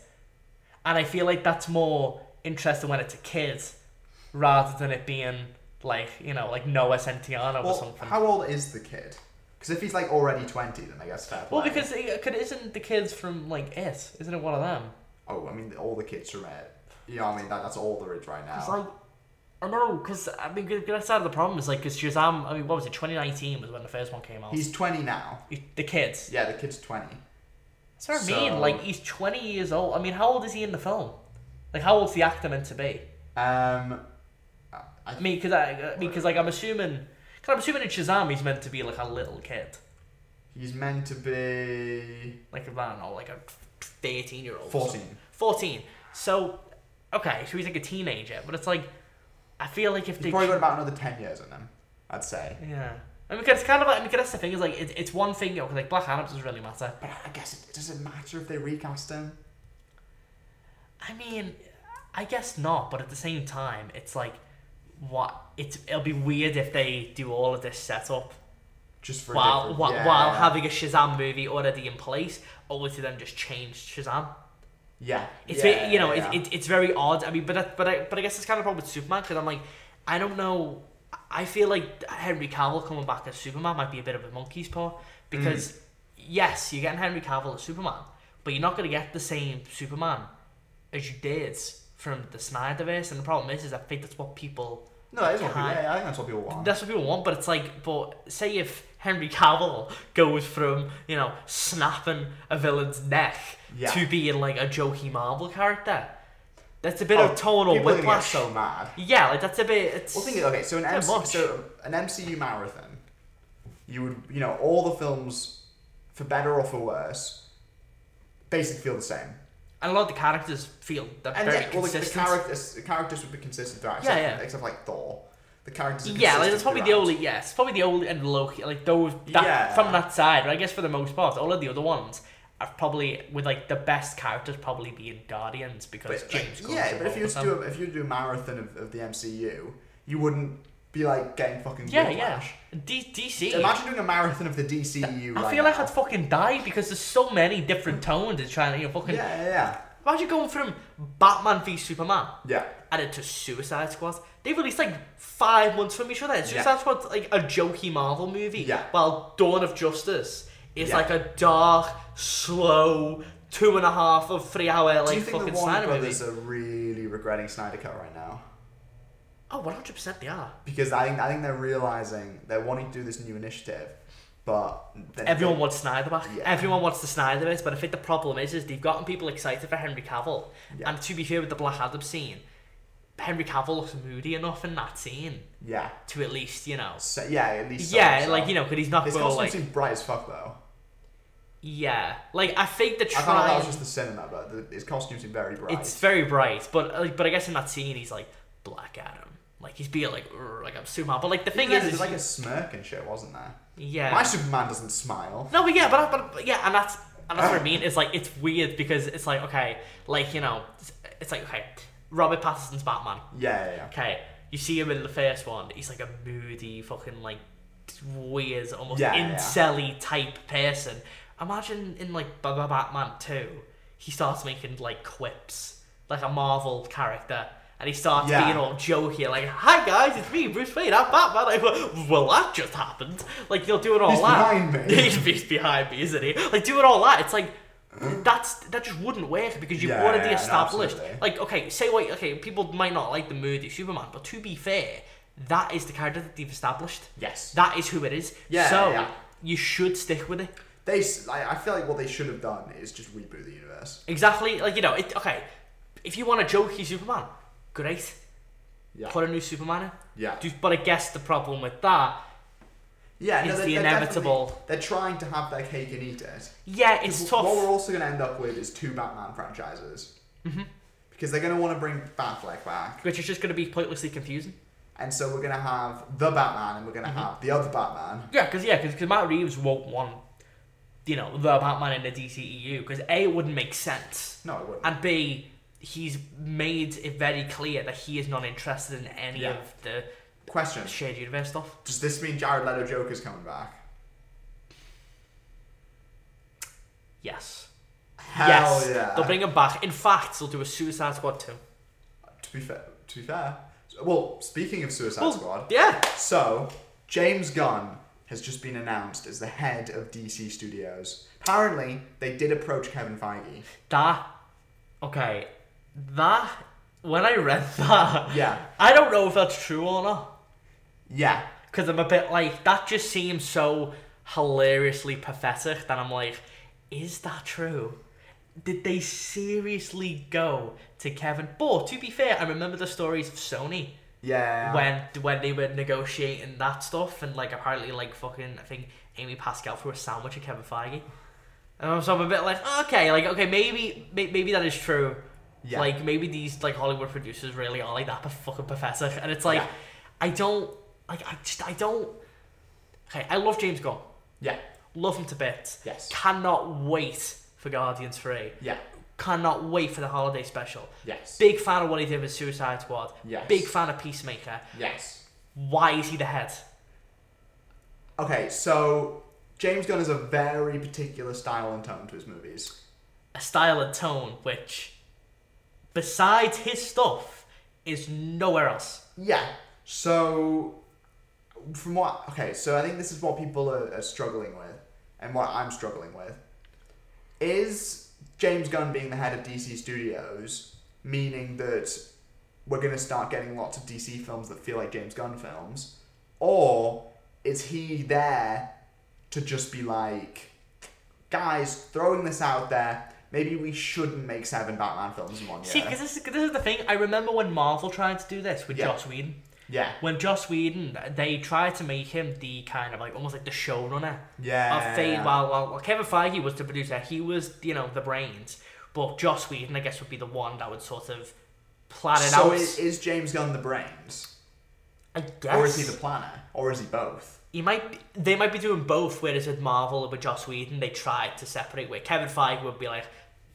B: And I feel like that's more interesting when it's a kid rather than it being like, you know, like Noah Centineo or
A: well,
B: something.
A: how old is the kid? Because if he's like already twenty, then I guess fair play.
B: well, because it, could, isn't the kids from like it? Isn't it one of them?
A: oh, I mean, all the kids from it. You know, what I mean, that, that's all there is right now.
B: It's like, I know, because I mean, 'cause that's side of the problem is like, because Shazam, I mean, what was it? 2019 was when the first one came out.
A: He's 20 now.
B: the kids.
A: Yeah, the kid's 20.
B: That's what I
A: So-
B: mean. Like, he's 20 years old. I mean, how old is he in the film? Like, how old's the actor meant to be?
A: Um, I,
B: I mean, because I, because like I'm assuming, cause I'm assuming in Shazam he's meant to be like a little kid,
A: he's meant to be
B: like I don't know, like a thirteen year old.
A: 14.
B: Fourteen. So, okay, so he's like a teenager, but it's like, I feel like if
A: He's
B: they,
A: probably got about another 10 years in him, I'd say.
B: yeah, I mean, because it's kind of like, I mean, 'cause that's the thing is like, it, it's one thing, you know, 'cause, like Black Adam doesn't really matter.
A: But I guess it doesn't matter if they recast him.
B: I mean, I guess not, but at the same time, it's like, what? It's it'll be weird if they do all of this setup
A: Just for a
B: while
A: different-
B: while,
A: yeah.
B: while having a Shazam movie already in place, only to then just change Shazam.
A: Yeah.
B: It's
A: yeah,
B: ve- you know
A: yeah.
B: It's, it, it's very odd. I mean, but that, but I but I guess it's kind of problem with Superman because I'm like I don't know. I feel like Henry Cavill coming back as Superman might be a bit of a monkey's paw because yes, you're getting Henry Cavill as Superman, but you're not gonna get the same Superman as you did from the Snyderverse. And the problem is, is I think that's what people
A: No, that is what people,
B: Can't-
A: yeah, I think that's what people want.
B: that's what people want, but it's like, but say if Henry Cavill goes from, you know, snapping a villain's neck
A: Yeah.
B: to being like a jokey Marvel character, that's a bit
A: Oh,
B: of tonal
A: people are gonna get
B: whiplash.
A: so mad.
B: Yeah, like that's a bit. It's,
A: Well, think okay. So an
B: It's a
A: MC,
B: bit much.
A: so an MCU marathon, you would you know all the films, for better or for worse, basically feel the same.
B: and a lot of the characters feel they're
A: And
B: very
A: yeah, well, the, the
B: consistent.
A: characters the characters would be consistent throughout.
B: Yeah,
A: Except,
B: yeah.
A: except like Thor, the characters. Are
B: yeah, like
A: consistent
B: that's probably the
A: throughout.
B: only. Yeah, it's probably the only and Loki. Like those that,
A: Yeah.
B: from that side, but I guess for the most part, all of the other ones. are Probably with like the best characters probably being Guardians because
A: But,
B: James.
A: like,
B: Gunn's
A: yeah, but if
B: involved
A: you were
B: with
A: to
B: them.
A: do a, if you were to do a marathon of, of the MCU, you wouldn't be like getting fucking
B: Yeah,
A: whiplash.
B: yeah. D- DC.
A: Imagine doing a marathon of the DCU.
B: I
A: right
B: feel like
A: now.
B: I'd fucking die because there's so many different tones and trying to, you know,
A: yeah,
B: fucking.
A: yeah, yeah,
B: Imagine going from Batman v Superman
A: yeah.
B: and into Suicide Squad. They released like five months from each other. Suicide Squad's like a jokey Marvel movie,
A: Yeah.
B: while Dawn of Justice is
A: Yeah.
B: like a dark, slow, two and a half or three hour,
A: Do
B: like
A: you think the
B: fucking
A: Warner
B: Snyder
A: Brothers
B: movie.
A: are really regretting Snyder Cut right now?
B: Oh, 100% they are.
A: because I think I think they're realizing they're wanting to do this new initiative, but then
B: Everyone wants Snyder back.
A: Yeah.
B: Everyone wants the Snyder bit, but I think the problem is, is they've gotten people excited for Henry Cavill.
A: Yeah.
B: And to be fair with the Black Adam scene, Henry Cavill looks moody enough in that scene
A: yeah,
B: to at least, you know.
A: so, yeah, at least so,
B: yeah,
A: so.
B: like, you know, because he's not
A: His
B: well,
A: costume
B: like.
A: seemed bright as fuck though.
B: Yeah. Like, I think the
A: I thought that was
B: try.
A: just the cinema, but the, his costume seemed very bright.
B: It's very bright, but uh, but I guess in that scene, he's like Black Adam. Like, he's being like, "Urgh," like I'm Superman. But, like, the thing
A: yeah,
B: is.
A: there's
B: is
A: like a smirk and shit, wasn't there?
B: yeah.
A: My Superman doesn't smile.
B: No, but yeah, but, but, but yeah, and that's and that's what I mean. It's like it's weird because it's like okay, like you know, it's, it's like okay, Robert Pattinson's Batman.
A: Yeah, yeah, yeah.
B: Okay, you see him in the first one. He's like a moody, fucking like weird, almost
A: Yeah, yeah.
B: incelly type person. Imagine in like Ba- Ba- Batman Two, he starts making like quips, like a Marvel character. And he starts
A: Yeah.
B: being all jokey, like, "Hi guys, it's me, Bruce Wayne. I'm Batman." Like, well, that just happened. Like, you'll do it all
A: He's
B: that.
A: behind me.
B: He's behind me, isn't he? Like, do it all that. It's like,
A: Uh.
B: that's that just wouldn't work because you've
A: Yeah,
B: already
A: yeah, no,
B: established
A: absolutely.
B: like okay say wait okay people might not like the moody superman but to be fair that is the character that they've established
A: Yes.
B: that is who it is
A: Yeah,
B: so
A: yeah.
B: you should stick with it
A: They, s- I, I feel like what they should have done is just reboot the universe.
B: exactly like you know it, okay if you want a jokey superman great
A: Yeah.
B: put a new superman in
A: Yeah.
B: Do- but i guess the problem with that
A: Yeah, no,
B: It's
A: they're-
B: the
A: they're definitely-
B: inevitable.
A: They're trying to have their cake and eat it.
B: yeah it's tough
A: What we're also going to end up with is two Batman franchises. Mm-hmm. Because they're going to want to bring Batfleck back,
B: which is just going to be pointlessly confusing
A: and so we're going to have the Batman, and we're going to have the other Batman.
B: Yeah, because yeah, because Matt Reeves won't want, you know, the Batman in the DCEU, because A, it wouldn't make sense,
A: No, it wouldn't.
B: and B, he's made it very clear that he is not interested in any
A: Yeah.
B: of the
A: Question:
B: shared universe stuff.
A: Does this mean Jared Leto Joker's coming back?
B: Yes.
A: Hell
B: yes.
A: yeah!
B: They'll bring him back. In fact, they'll do a Suicide Squad too.
A: to be fair, to be fair. Well, speaking of Suicide
B: Well,
A: Squad,
B: Yeah.
A: so James Gunn has just been announced as the head of DC Studios. Apparently, they did approach Kevin Feige.
B: That. Okay. That. When I read that,
A: Yeah,
B: I don't know if that's true or not.
A: yeah.
B: Because I'm a bit like, that just seems so hilariously pathetic that I'm like, is that true? Did they seriously go to Kevin? But to be fair, I remember the stories of Sony
A: Yeah.
B: when when they were negotiating that stuff and like apparently like fucking I think Amy Pascal threw a sandwich at Kevin Feige. And so I'm a bit like, okay, like okay, maybe may- maybe that is true.
A: Yeah.
B: Like maybe these like Hollywood producers really are like that, but fucking professor. And it's like,
A: Yeah.
B: I don't like I just I don't. Okay, I love James Gunn,
A: yeah.
B: love him to bits.
A: Yes.
B: Cannot wait for Guardians Three.
A: Yeah.
B: Cannot wait for the holiday special.
A: Yes.
B: Big fan of what he did with Suicide Squad.
A: Yes.
B: Big fan of Peacemaker
A: Yes.
B: why is he the head?
A: Okay, so James Gunn has a very particular style and tone to his movies.
B: A style and tone which, besides his stuff, is nowhere else.
A: Yeah. So, from what okay, so I think this is what people are, are struggling with, and what I'm struggling with, is James Gunn being the head of DC Studios, meaning that we're gonna start getting lots of DC films that feel like James Gunn films, or is he there to just be like, guys, throwing this out there? Maybe we shouldn't make seven Batman films in one year.
B: See, because this is, this is the thing. I remember when Marvel tried to do this with
A: Yeah.
B: Joss Whedon.
A: yeah,
B: When Joss Whedon, they tried to make him the kind of like almost like the showrunner
A: yeah.
B: of Fade. While, while, while Kevin Feige was the producer, he was you know the brains. But Joss Whedon, I guess, would be the one that would sort of plan it
A: So
B: out.
A: is, is James Gunn the brains,
B: I guess.
A: or is he the planner, or is he both?
B: He might be, they might be doing both, whereas with Marvel and with Joss Whedon they tried to separate where Kevin Feige would be like,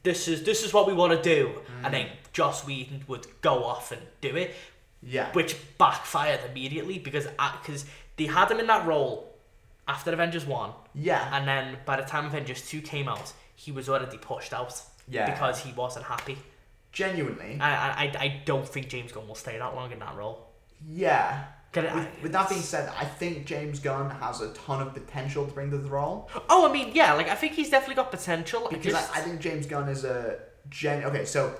B: This is this is what we want to do and
A: Mm.
B: then Joss Whedon would go off and do it.
A: Yeah.
B: Which backfired immediately because because they had him in that role after Avengers One
A: yeah.
B: and then by the time Avengers Two came out, he was already pushed out.
A: Yeah.
B: Because he wasn't happy.
A: Genuinely.
B: I I, I- I don't think James Gunn will stay that long in that role.
A: Yeah.
B: 'Cause I-
A: With, with that being said, I think James Gunn has a ton of potential to bring to the role
B: oh, I mean, yeah, like I think he's definitely got potential. I
A: because
B: just-
A: I, I think James Gunn is a gen. Okay, so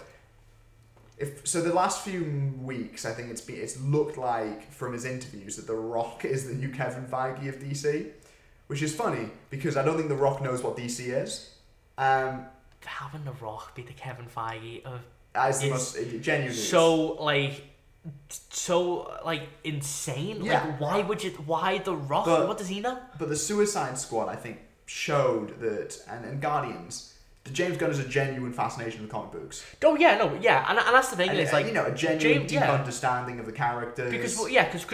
A: if so, the last few weeks, I think it's be, it's looked like from his interviews that The Rock is the new Kevin Feige of DC, which is funny because I don't think The Rock knows what DC is. Um,
B: having The Rock be the Kevin Feige of
A: as the
B: It's
A: most it genuinely is.
B: so like so like insane.
A: Yeah.
B: Like why would you? Why The Rock?
A: But-
B: what does he know?
A: But the Suicide Squad, I think, showed that, and, and Guardians, that James Gunn has a genuine fascination with comic books.
B: Oh yeah, no, yeah, and, and that's the thing
A: And,
B: is
A: and,
B: like
A: you know, a genuine
B: James-
A: deep
B: yeah.
A: understanding of the characters.
B: because well, yeah, because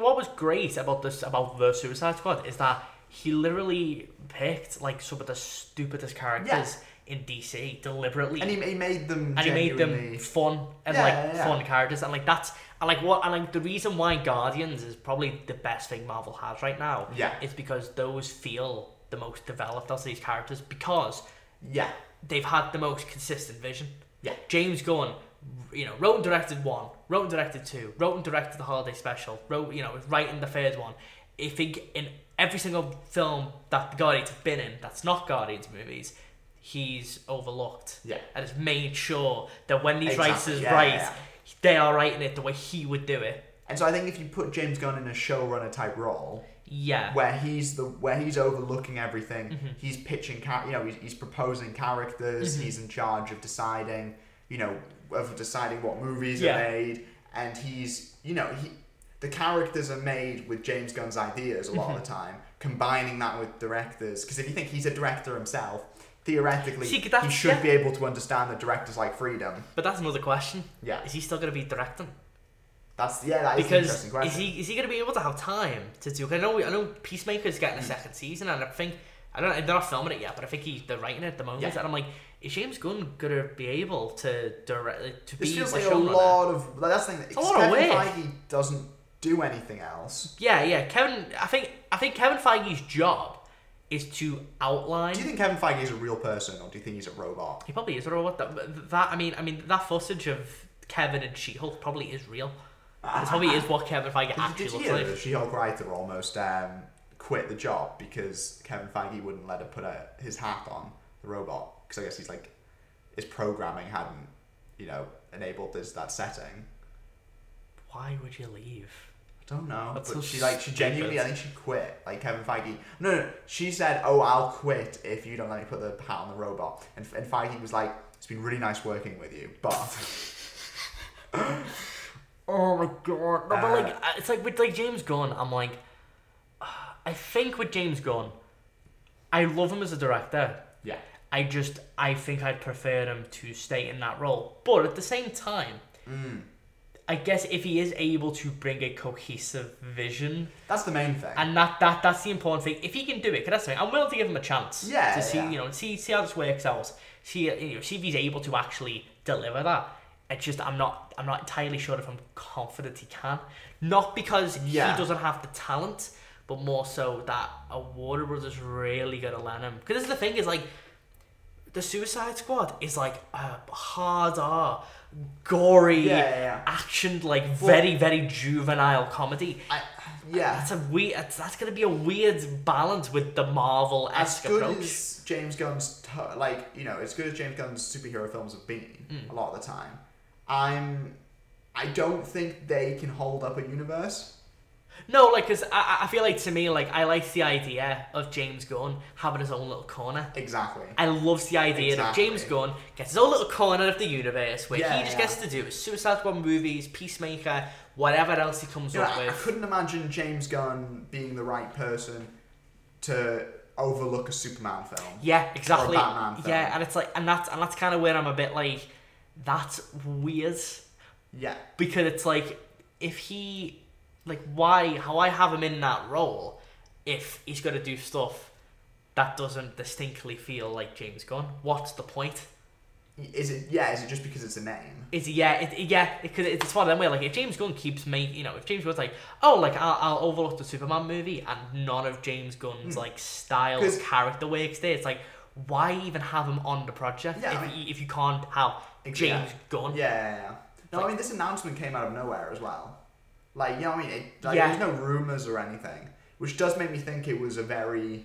B: what was great about this about the Suicide Squad is that he literally picked like some of the stupidest characters in DC deliberately.
A: and he, he made them
B: and he made them
A: genuinely-
B: fun and
A: Yeah,
B: like
A: yeah, yeah.
B: fun characters and like that's and like what and like the reason why Guardians is probably the best thing Marvel has right now.
A: Yeah.
B: Is because those feel the most developed as these characters because
A: Yeah.
B: they've had the most consistent vision.
A: Yeah.
B: James Gunn, you know, wrote and directed one, wrote and directed two, wrote and directed the holiday special, wrote, you know, is writing the third one. I think in every single film that the Guardians have been in, that's not Guardians movies, he's overlooked
A: Yeah.
B: and has made sure that when these
A: Exactly,
B: writers
A: yeah,
B: write,
A: yeah.
B: they are writing it the way he would do it.
A: And so I think if you put James Gunn in a showrunner type role,
B: Yeah.
A: where he's the where he's overlooking everything,
B: Mm-hmm.
A: he's pitching, char- you know, he's, he's proposing characters, he's in charge of deciding, you know, of deciding what movies
B: Yeah.
A: are made, and he's, you know, he the characters are made with James Gunn's ideas a lot of the
B: Mm-hmm.
A: time, combining that with directors. Because if you think he's a director himself, theoretically,
B: See,
A: he
B: that's-
A: should
B: yeah.
A: be able to understand the directors like freedom.
B: But that's another question.
A: Yeah,
B: Is he still going to be directing?
A: that's yeah, that is an
B: Because
A: interesting question.
B: is he is he going to be able to have time to do? 'cause I know I know Peacemaker's getting a second season, and I think I don't. They're not filming it yet, but I think he's they're writing it at the moment.
A: Yeah.
B: And I'm like, is James Gunn going to be able to direct like, to
A: This
B: be
A: feels
B: the
A: like a
B: showrunner?
A: lot of. Like, that's the thing.
B: a lot of
A: Kevin
B: work.
A: Feige doesn't do anything else.
B: Yeah, yeah. Kevin, I think I think Kevin Feige's job is to outline.
A: Do you think Kevin Feige is a real person, or do you think he's a robot?
B: he probably is a robot. That, that I mean, I mean that footage of Kevin and She-Hulk probably is real. It probably is what Kevin Feige actually
A: Did you
B: looks
A: hear
B: like.
A: that She-Hulk writer almost um, quit the job because Kevin Feige wouldn't let her put a, his hat on the robot because I guess he's like his programming hadn't you know enabled this that setting.
B: Why would you leave?
A: I don't know.
B: That's
A: but
B: so
A: she like she genuinely, I
B: stupid.
A: think she quit. Like Kevin Feige, no, no, she said, "Oh, I'll quit if you don't let me put the hat on the robot." And and Feige was like, "It's been really nice working with you, but
B: Oh my god! No, but
A: Uh,
B: like I- it's like with like James Gunn, I'm like, ah, I think with James Gunn, I love him as a director.
A: yeah,
B: I just I think I'd prefer him to stay in that role. But at the same time, I guess if he is able to bring a cohesive vision,
A: that's the main thing."
B: and that, that that's the important thing. If he can do it, 'cause that's the thing. I'm willing to give him a chance.
A: Yeah,
B: To see
A: yeah.
B: you know see see how this works out. See you know see if he's able to actually deliver that. It's just I'm not I'm not entirely sure if I'm confident he can. Not because
A: Yeah.
B: he doesn't have the talent, but more so that a Warner Brothers really gonna let him. Because this is the thing is like. The Suicide Squad is like a hard R, gory,
A: Yeah, yeah, yeah.
B: action, like very, very juvenile comedy.
A: I, yeah,
B: That's a weird. That's, that's gonna be a weird balance with the Marvel
A: as
B: esque
A: good
B: approach.
A: as James Gunn's, t- like you know, as good as James Gunn's superhero films have been
B: Hmm.
A: a lot of the time, I'm, I don't think they can hold up a universe.
B: No, like, cause I, I- I feel like to me, like, I like the idea of James Gunn having his own little corner.
A: Exactly.
B: I loves the idea
A: Exactly.
B: that James Gunn gets his own little corner of the universe where
A: Yeah,
B: he just
A: yeah.
B: gets to do his Suicide Squad movies, Peacemaker, whatever else he comes
A: You know,
B: up
A: I, I
B: with.
A: couldn't imagine James Gunn being the right person to overlook a Superman film.
B: Yeah, exactly.
A: Batman film.
B: Yeah, and it's like, and that's and that's kind of where I'm a bit like, that's weird.
A: Yeah.
B: because it's like if he like why how I have him in that role if he's gonna do stuff that doesn't distinctly feel like James Gunn. What's the point?
A: Is it? Yeah. Is it just because it's a name?
B: Is yeah, it, yeah, because it's one of them where like if James Gunn keeps making, you know, if James Gunn's like, oh, like I'll, I'll overlook the Superman movie and none of James Gunn's like style
A: Hmm. 'Cause-
B: or character works there, it's like why even have him on the project
A: Yeah, I
B: if, you- if you can't have
A: Ex-
B: James Gunn?
A: Yeah. yeah, yeah. No, I mean this announcement came out of nowhere as well. Like you know, what I mean, it, like,
B: Yeah.
A: there's no rumors or anything, which does make me think it was a very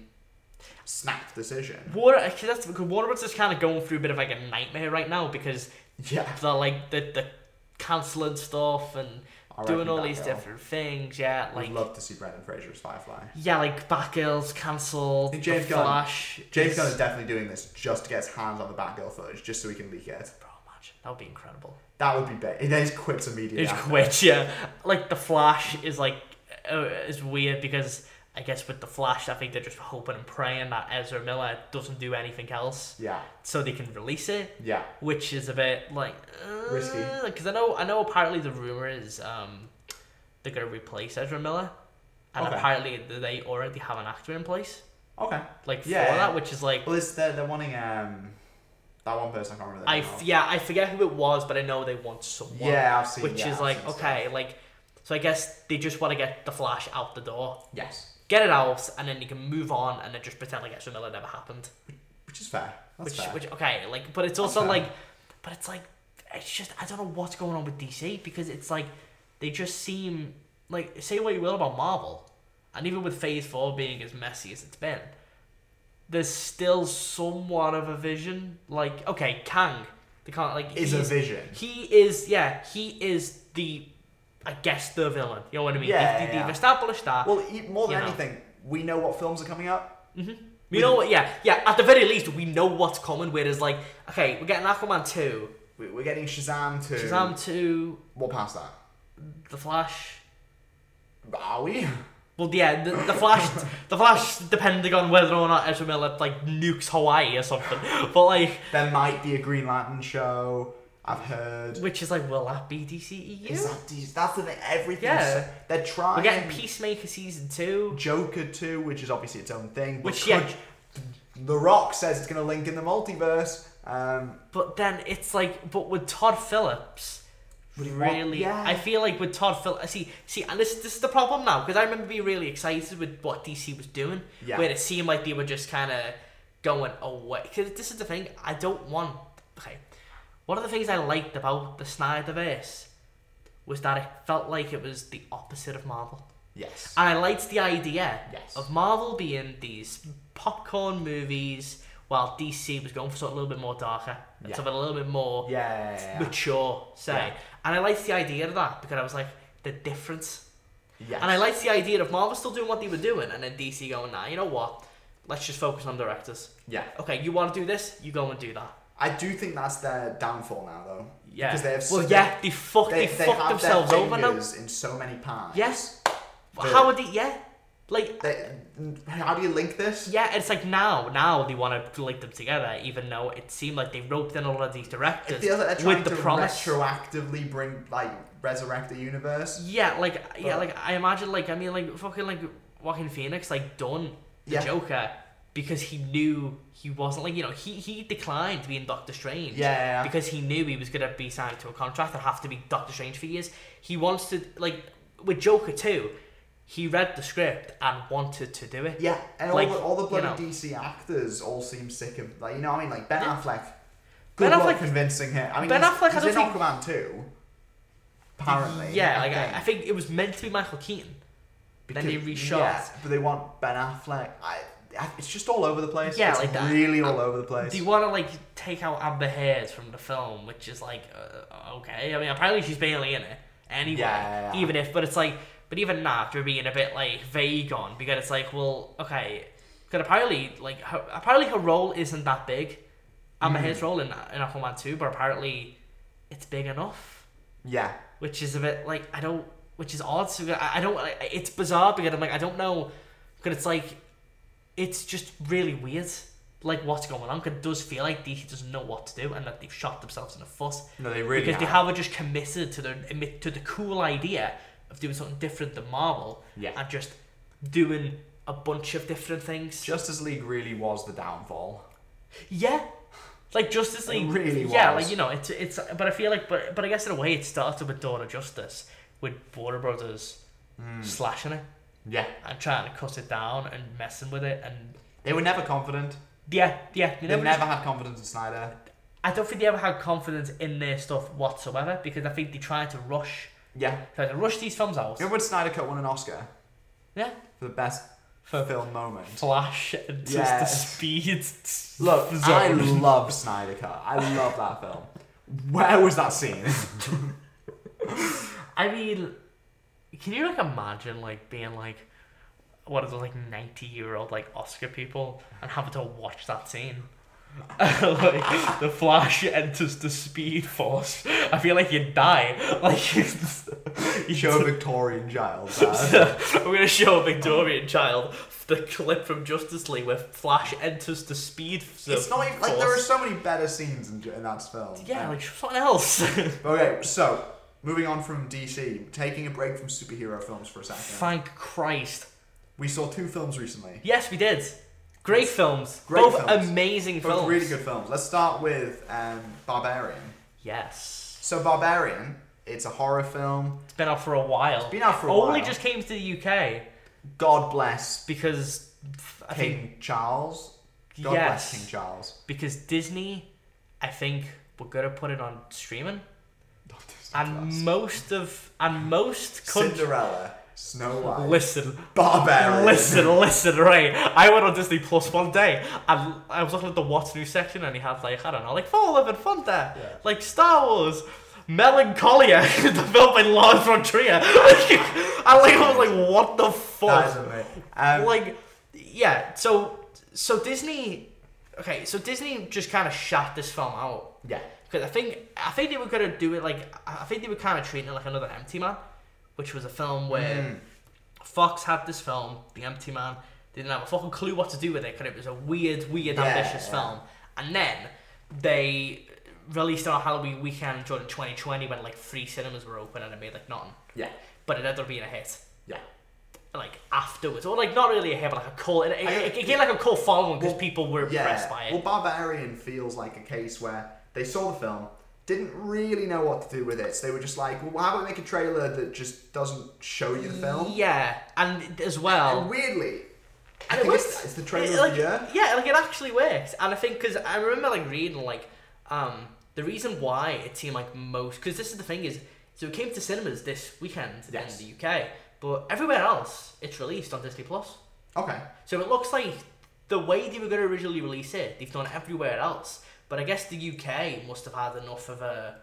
A: snap decision.
B: Water, cause that's because Warner Brothers is kind of going through a bit of like a nightmare right now because
A: Yeah.
B: they're like the the canceling stuff and
A: I reckon
B: doing all
A: that
B: these
A: will.
B: different things. Yeah, like
A: I'd love to see Brendan Fraser as Firefly.
B: yeah, like Batgirl's cancelled.
A: Hey, James
B: the
A: Gunn.
B: Flash.
A: James
B: is-
A: Gunn is definitely doing this just to get his hands on the Batgirl footage, just so he can leak it.
B: Bro, imagine that would be incredible.
A: That would be big. And then he quits immediately.
B: It's
A: after.
B: quit, yeah. Like the Flash is like uh, is weird because I guess with the Flash, I think they're just hoping and praying that Ezra Miller doesn't do anything else,
A: Yeah.
B: so they can release it.
A: Yeah.
B: which is a bit like
A: Risky.
B: because I know I know apparently the rumor is um they're gonna replace Ezra Miller, and
A: Okay.
B: apparently they already have an actor in place
A: Okay.
B: like
A: Yeah,
B: for
A: yeah.
B: that, which is like
A: Well, it's they're, they're wanting um that one person. I can't remember. their
B: I
A: name
B: f- yeah I forget who it was, but I know they want
A: now.
B: someone,
A: Yeah, I've seen.
B: which
A: yeah,
B: is
A: I've
B: like
A: seen stuff.
B: okay, like so I guess they just want to get the Flash out the door,
A: Yes.
B: get it out, and then you can move on, and then just pretend like Ezra Miller never happened.
A: Which is fair. That's
B: which
A: fair.
B: which okay like but it's
A: That's
B: also
A: fair.
B: like but it's like it's just i don't know what's going on with dc because it's like they just seem like say what you will about marvel and even with phase four being as messy as it's been there's still somewhat of a vision. Like, okay, Kang, they can't like
A: Is a
B: he's-
A: vision.
B: He is, yeah, he is the, I guess, the villain. You know what I mean?
A: Yeah,
B: they, they,
A: yeah.
B: have established that.
A: Well, e- more than
B: You know.
A: anything, we know what films are coming up.
B: we know what, yeah, yeah. At the very least, we know what's coming. Whereas, like, okay, we're getting Aquaman two,
A: We- We're getting Shazam 2.
B: Shazam two,
A: What past that?
B: The Flash.
A: Are we?
B: Well, yeah, the, the Flash, the Flash, depending on whether or not Ezra Miller like nukes Hawaii or something, but like,
A: There might be a Green Lantern show. I've heard.
B: which is like, will that be DCEU?
A: Is that these- that's the thing. Everything's
B: Yeah.
A: they're trying.
B: we're getting Peacemaker season two.
A: Joker too, which is obviously its own thing. But
B: Which,
A: could,
B: yeah.
A: The Rock says it's going to link in the multiverse. Um,
B: But then it's like, but with Todd Phillips,
A: Would he want-
B: really,
A: yeah.
B: I feel like with Todd Phillips, see, see, and this, this is the problem now because I remember being really excited with what DC was doing,
A: Yeah.
B: where it seemed like they were just kind of going away. Because this is the thing, I don't want. Okay, one of the things I liked about the Snyderverse was that it felt like it was the opposite of Marvel.
A: yes.
B: And I liked the idea
A: Yes.
B: of Marvel being these popcorn movies while DC was going for something a little bit more darker and
A: Yeah.
B: something a little bit more
A: yeah. yeah, yeah.
B: mature, say.
A: Yeah.
B: And I liked the idea of that because I was like, the difference.
A: Yes.
B: And I liked the idea of Marvel still doing what they were doing and then DC going, nah, you know what? Let's just focus on directors.
A: Yeah.
B: Okay, you want to do this? You go and do that.
A: I do think that's their downfall now, though.
B: Yeah.
A: Because they have.
B: well,
A: they-
B: yeah, they fucked,
A: They,
B: they,
A: they
B: fucked
A: have
B: themselves
A: their
B: over now.
A: fingers in so many pies.
B: Yes.
A: The-
B: How would they, yeah? Like,
A: They, how do you link this?
B: Yeah, it's like now, now they want to link them together, even though it seemed like they roped in a lot of these
A: It
B: directors
A: feels like they're trying
B: with the
A: to
B: promise.
A: retroactively bring like resurrect the universe.
B: yeah, like
A: But-
B: yeah, like I imagine, like I mean, like fucking like Joaquin Phoenix, like done the
A: Yeah.
B: Joker because he knew he wasn't like you know he he declined being Doctor Strange.
A: Yeah, yeah, yeah.
B: because he knew he was gonna be signed to a contract and have to be Doctor Strange for years. He wants to like with Joker too. He read the script and wanted to do it.
A: Yeah, and
B: Like,
A: all, the, all the
B: you
A: bloody
B: know.
A: DC actors all seem sick of like you know what I mean like Ben
B: Yeah.
A: Affleck. Good
B: Ben
A: luck
B: Affleck-
A: convincing him. I mean,
B: Ben
A: he's,
B: Affleck, I
A: he's
B: don't
A: in
B: think-
A: Aquaman too. Apparently,
B: Yeah, like
A: think,
B: I, I think it was meant to be Michael Keaton.
A: because,
B: then he reshot.
A: Yeah, but they want Ben Affleck. I, I, it's just all over the place.
B: Yeah,
A: it's
B: like that. Uh,
A: really all over the place.
B: Do you want to like take out Amber Heard from the film, which is like uh, okay? I mean, apparently she's barely in it anyway.
A: Yeah, yeah, yeah.
B: Even if, but it's like, but even that you're being a bit like vague on because it's like, well, okay, because apparently like her, apparently her role isn't that big.
A: Mm.
B: Amber Heard's role in in Aquaman two, but apparently it's big enough,
A: yeah,
B: which is a bit like I don't, which is odd. So I, I don't. I, it's bizarre because I'm like I don't know, because it's like, it's just really weird. Like what's going on? 'cause it does feel like DC doesn't know what to do, and that they've shot themselves in the foot
A: no, they really
B: because they
A: have.
B: haven't just committed to the to the cool idea of doing something different than Marvel
A: Yeah.
B: and just doing a bunch of different things.
A: Justice League really was the downfall.
B: Yeah. Like Justice
A: It
B: League,
A: really
B: yeah,
A: was.
B: like you know, it's it's. But I feel like, but but I guess in a way, it started with Dawn of Justice, with Warner Brothers
A: Hmm.
B: slashing it
A: Yeah,
B: and trying to cut it down and messing with it, and
A: they were never confident.
B: yeah, yeah, you
A: they
B: never.
A: never
B: just-
A: had confidence in Snyder.
B: I don't think they ever had confidence in their stuff whatsoever because I think they tried to rush,
A: Yeah,
B: tried to rush these films out.
A: remember when Snyder Cut won an Oscar
B: Yeah,
A: for the best film moment?
B: Flash and just
A: Yeah.
B: the speed.
A: Look,
B: zone.
A: I love Snyder Cut. I love that film. Where was that scene?
B: I mean, can you like imagine like being like what is it like ninety year old like Oscar people and having to watch that scene? like the Flash enters the Speed Force. I feel like you'd die. Like you
A: Show a Victorian child. that.
B: I'm gonna show a Victorian child the clip from Justice League where Flash enters the Speed Force.
A: it's not even, like there are so many better scenes in, in that film. Um,
B: yeah, like something else.
A: okay, so moving on from DC, taking a break from superhero films for a second.
B: Thank Christ.
A: We saw two films recently.
B: Yes, we did. Great films.
A: Great
B: Both
A: films.
B: amazing
A: Both
B: films.
A: really good films. Let's start with um, Barbarian.
B: Yes.
A: So Barbarian, it's a horror film.
B: It's been out for a while. It's
A: been out for a
B: Only
A: while.
B: just came to the UK
A: God bless
B: because I think
A: King Charles. God bless
B: Yes.
A: King Charles.
B: because Disney, I think we're gonna put it on streaming, and most of and most countries.
A: Cinderella. Snow White.
B: Listen,
A: Barbarian.
B: listen, listen, right? I went on Disney Plus one day and I was looking at the What's New section and he had, like, I don't know, like Fall of Fun there.
A: Yeah.
B: Like Star Wars, Melancholia, the film by Lars von Trier. and, like, I was like, what the fuck?
A: That is amazing. Um,
B: like yeah so so disney okay so disney just kind of shot this film out
A: yeah.
B: because i think i think they were going to do it like i I think they were kind of treating it like another empty man which was a film where
A: Mm.
B: fox had this film the empty man they didn't have a fucking clue what to do with it because it was a weird weird
A: Yeah,
B: ambitious
A: yeah.
B: film and then they released it on halloween weekend during 2020 when like three cinemas were open and it made like nothing
A: Yeah.
B: but it ended up being a hit
A: Yeah.
B: like afterwards, or like not really a hit, but like a cult. It, it,
A: I-
B: it, gave like a cult following because
A: Well,
B: people were
A: Yeah.
B: impressed by it.
A: Well, Barbarian feels like a case where they saw the film, didn't really know what to do with it, so they were just like, well, why don't we make a trailer that just doesn't show you the film?
B: yeah, and as
A: And
B: well,
A: weirdly, I
B: and it
A: think
B: works.
A: it's, it's the trailer
B: It,
A: of
B: like,
A: the year.
B: Yeah, like it actually works, and I think because I remember like reading like um the reason why it seemed like most because this is the thing is so it came to cinemas this weekend
A: Yes.
B: in the UK, but everywhere else it's released on Disney Plus.
A: Okay.
B: So it looks like the way they were going to originally release it, they've done it everywhere else. But I guess the UK must have had enough of a,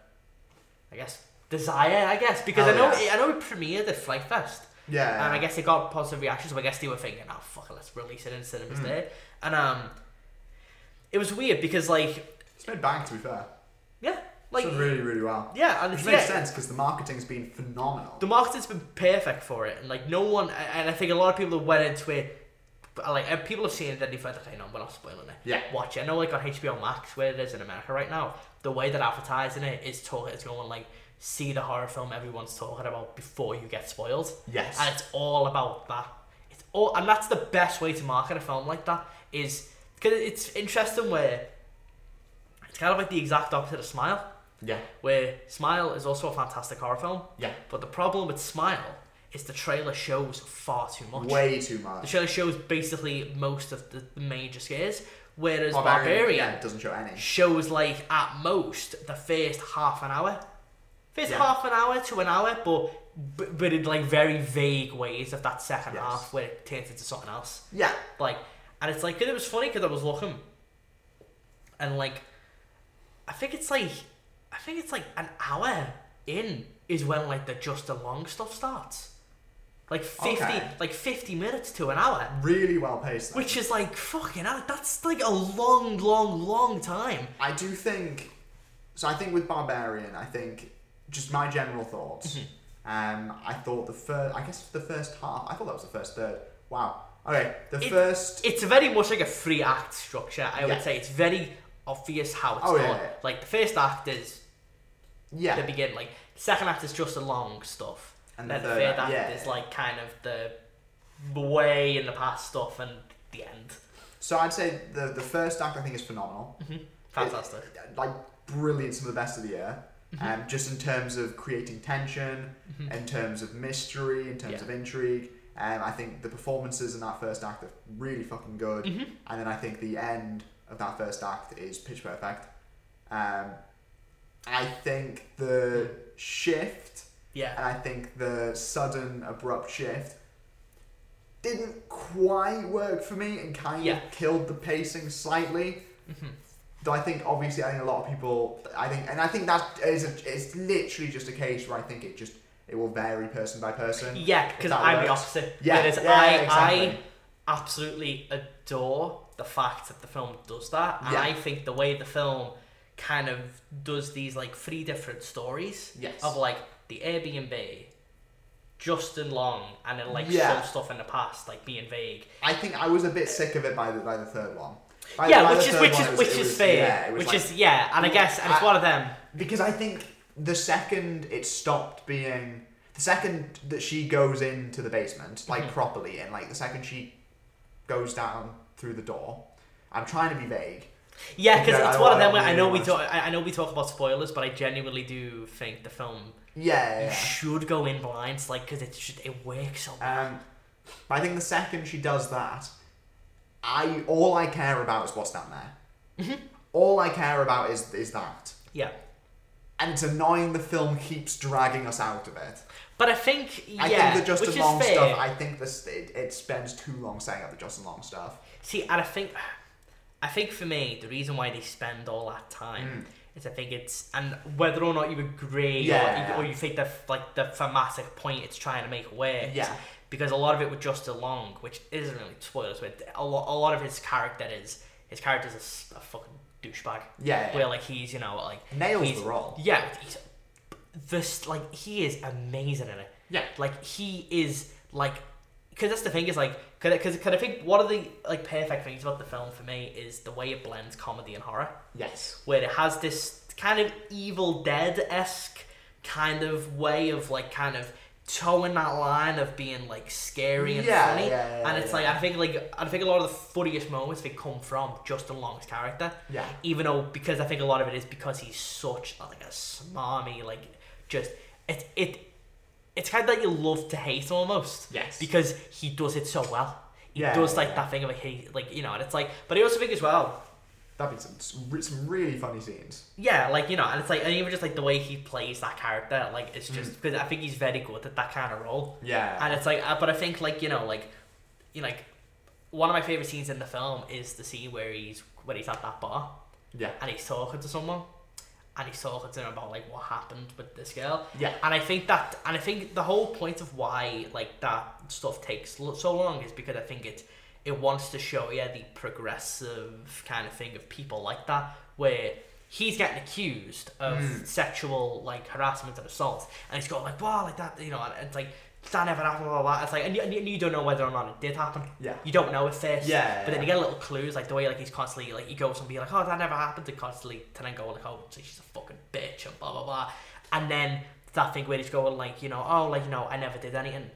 B: I guess, desire. I guess because
A: Oh,
B: I know
A: yeah.
B: I know it premiered at Fright Fest,
A: Yeah.
B: and I guess it got positive reactions. So I guess they were thinking, "Oh fuck, it, let's release it in cinemas
A: Hmm.
B: there." And um, it was weird because like
A: it's made bang, to be fair.
B: yeah, like
A: it's done really, really well.
B: yeah, and
A: Which
B: it's
A: makes
B: yeah,
A: sense because the marketing's been phenomenal.
B: the marketing's been perfect for it, and like no one, and I think a lot of people that went into it, like uh, people have seen it and they've like, okay, no, we're not spoiling it.
A: Yeah.
B: Watch it. I know, like on HBO Max, where it is in America right now, the way that advertising it is talking, it's going like, see the horror film everyone's talking about before you get spoiled,
A: Yes.
B: and it's all about that. It's all, and that's the best way to market a film like that is because it's interesting where it's kind of like the exact opposite of Smile,
A: yeah.
B: where Smile is also a fantastic horror film.
A: Yeah.
B: But the problem with Smile is the trailer shows far too much.
A: Way too
B: Oh, the
A: much.
B: trailer shows basically most of the, the major scares, whereas
A: Barbarian,
B: Barbarian,
A: Oh, Yeah, it doesn't show any.
B: shows like at most the first half an hour. First
A: Yeah.
B: half an hour to an hour, but but- but in like very vague ways of that second
A: Yes.
B: half where it turns into something else.
A: Yeah.
B: Like, and it's like, 'cause it was funny because I was looking, and like, I think it's like, I think it's like an hour in is when like the just the long stuff starts, like fifty,
A: Okay.
B: like fifty minutes to an hour,
A: Really well paced. though.
B: which is like fucking hell, that's like a long, long, long time.
A: I do think. So I think with Barbarian, I think just my general thoughts.
B: Mm-hmm.
A: Um, I thought the first. I guess the first half. I thought that was the first third. Wow. Okay. The
B: It-
A: first.
B: It's very much like a three act structure. I
A: Yeah.
B: would say it's very obvious how it's
A: Oh,
B: done.
A: yeah, yeah.
B: Like the first act is
A: yeah.
B: the beginning. Like second act is just the long stuff,
A: And
B: and
A: the
B: then the
A: third
B: third
A: act,
B: act
A: yeah.
B: is like kind of the the way in the past stuff and the end.
A: so I'd say the the first act I think is phenomenal.
B: Fantastic.
A: uh, Like brilliant, some of the best of the year. Um, just in terms of creating tension, in terms of mystery, in terms
B: Yeah.
A: of intrigue. Um, I think the performances in that first act are really fucking good. And then I think the end of that first act is pitch perfect. Um, I think the shift
B: yeah,
A: and I think the sudden abrupt shift didn't quite work for me and kind
B: Yeah. Mm-hmm.
A: of killed the pacing slightly. Though I think obviously I think a lot of people I think and I think that is a, it's literally just a case where I think it just it will vary person by person.
B: yeah. Because
A: that
B: I'm the
A: works.
B: opposite.
A: Yeah,
B: Whereas
A: yeah,
B: I
A: exactly.
B: I absolutely adore the fact that the film does that, and
A: Yeah.
B: I think the way the film kind of does these like three different stories
A: Yes.
B: of like the Airbnb. Justin Long and then like
A: Yeah.
B: some stuff in the past, like being vague.
A: I think I was a bit sick of it by the by the third one. By the- by
B: yeah,
A: the
B: which is
A: third
B: which
A: one,
B: is
A: it was-
B: which
A: it
B: is
A: was-
B: fair,
A: yeah, it was
B: which
A: like-
B: is yeah, and I guess and it's
A: I-
B: one of them.
A: because I think the second it stopped being the second that she goes into the basement like
B: Mm-hmm.
A: properly and like the second she goes down through the door I'm trying to be vague
B: Yeah, because
A: Yeah,
B: it's
A: I-
B: one of them.
A: I
B: where I know we
A: really
B: talk. I I know we talk about spoilers, but I genuinely do think the film
A: yeah, yeah,
B: should go in blind, like because it should it works so. well.
A: yeah. um but I think the second she does that I all I
B: Mm-hmm.
A: care about is what's down there all I care about is is that
B: yeah,
A: and it's annoying the film keeps dragging us out of it.
B: But I think yeah,
A: I think the Justin
B: which
A: Long
B: is fair.
A: stuff. I think this it, it spends too long saying out the Justin Long stuff.
B: See, and I think, I think for me, the reason why they spend all that
A: Hmm. Mm.
B: time is I think it's and whether or not you agree
A: Yeah.
B: or, you, or you think the like the thematic point it's trying to make work.
A: Yeah.
B: Because a lot of it with Justin Long, which isn't really spoilers, but a lot, a lot of his character is his character's a s- a, fucking douchebag.
A: Yeah, yeah.
B: Where like he's you know like
A: Nails
B: he's-
A: the role.
B: Yeah. He's, this like he is amazing in it.
A: Yeah.
B: Like he is like because that's the thing is like because I think one of the like perfect things about the film for me is the way it blends comedy and horror,
A: Yes.
B: where it has this kind of Evil Dead esque kind of way of like kind of towing that line of being like scary and
A: Yeah,
B: funny,
A: yeah, yeah,
B: and it's
A: yeah.
B: like I think like I think a lot of the funniest moments they come from Justin Long's character,
A: Yeah.
B: even though because I think a lot of it is because he's such like a smarmy like just it it it's kind of like you love to hate him almost
A: Yes.
B: because he does it so well he
A: Yeah,
B: does
A: yeah,
B: like
A: yeah.
B: that thing of like he like you know and it's like but I also think as well
A: That'd be some some really funny scenes.
B: yeah like you know and it's like and even just like the way he plays that character like it's
A: Mm.
B: just because I think he's very good at that kind of role
A: Yeah.
B: and it's like uh, but I think like you know like you know, like one of my favorite scenes in the film is the scene where he's where he's at that bar
A: yeah.
B: and he's talking to someone and he's talking to them about like what happened with this girl
A: Yeah.
B: and i think that and i think the whole point of why like that stuff takes lo- so long is because i think it it wants to show yeah the progressive kind of thing of people like that where he's getting accused of sexual like harassment and assault and he's going like wow like that you know and it's like that never happened blah, blah, blah. it's like and you, and you don't know whether or not it did happen
A: Yeah.
B: you don't know at first
A: Yeah,
B: but then you
A: yeah.
B: get little clues like the way like he's constantly like you go with somebody like oh that never happened to constantly to then go like oh so she's a fucking bitch and blah blah blah and then that thing where he's going like you know oh like you know I never did anything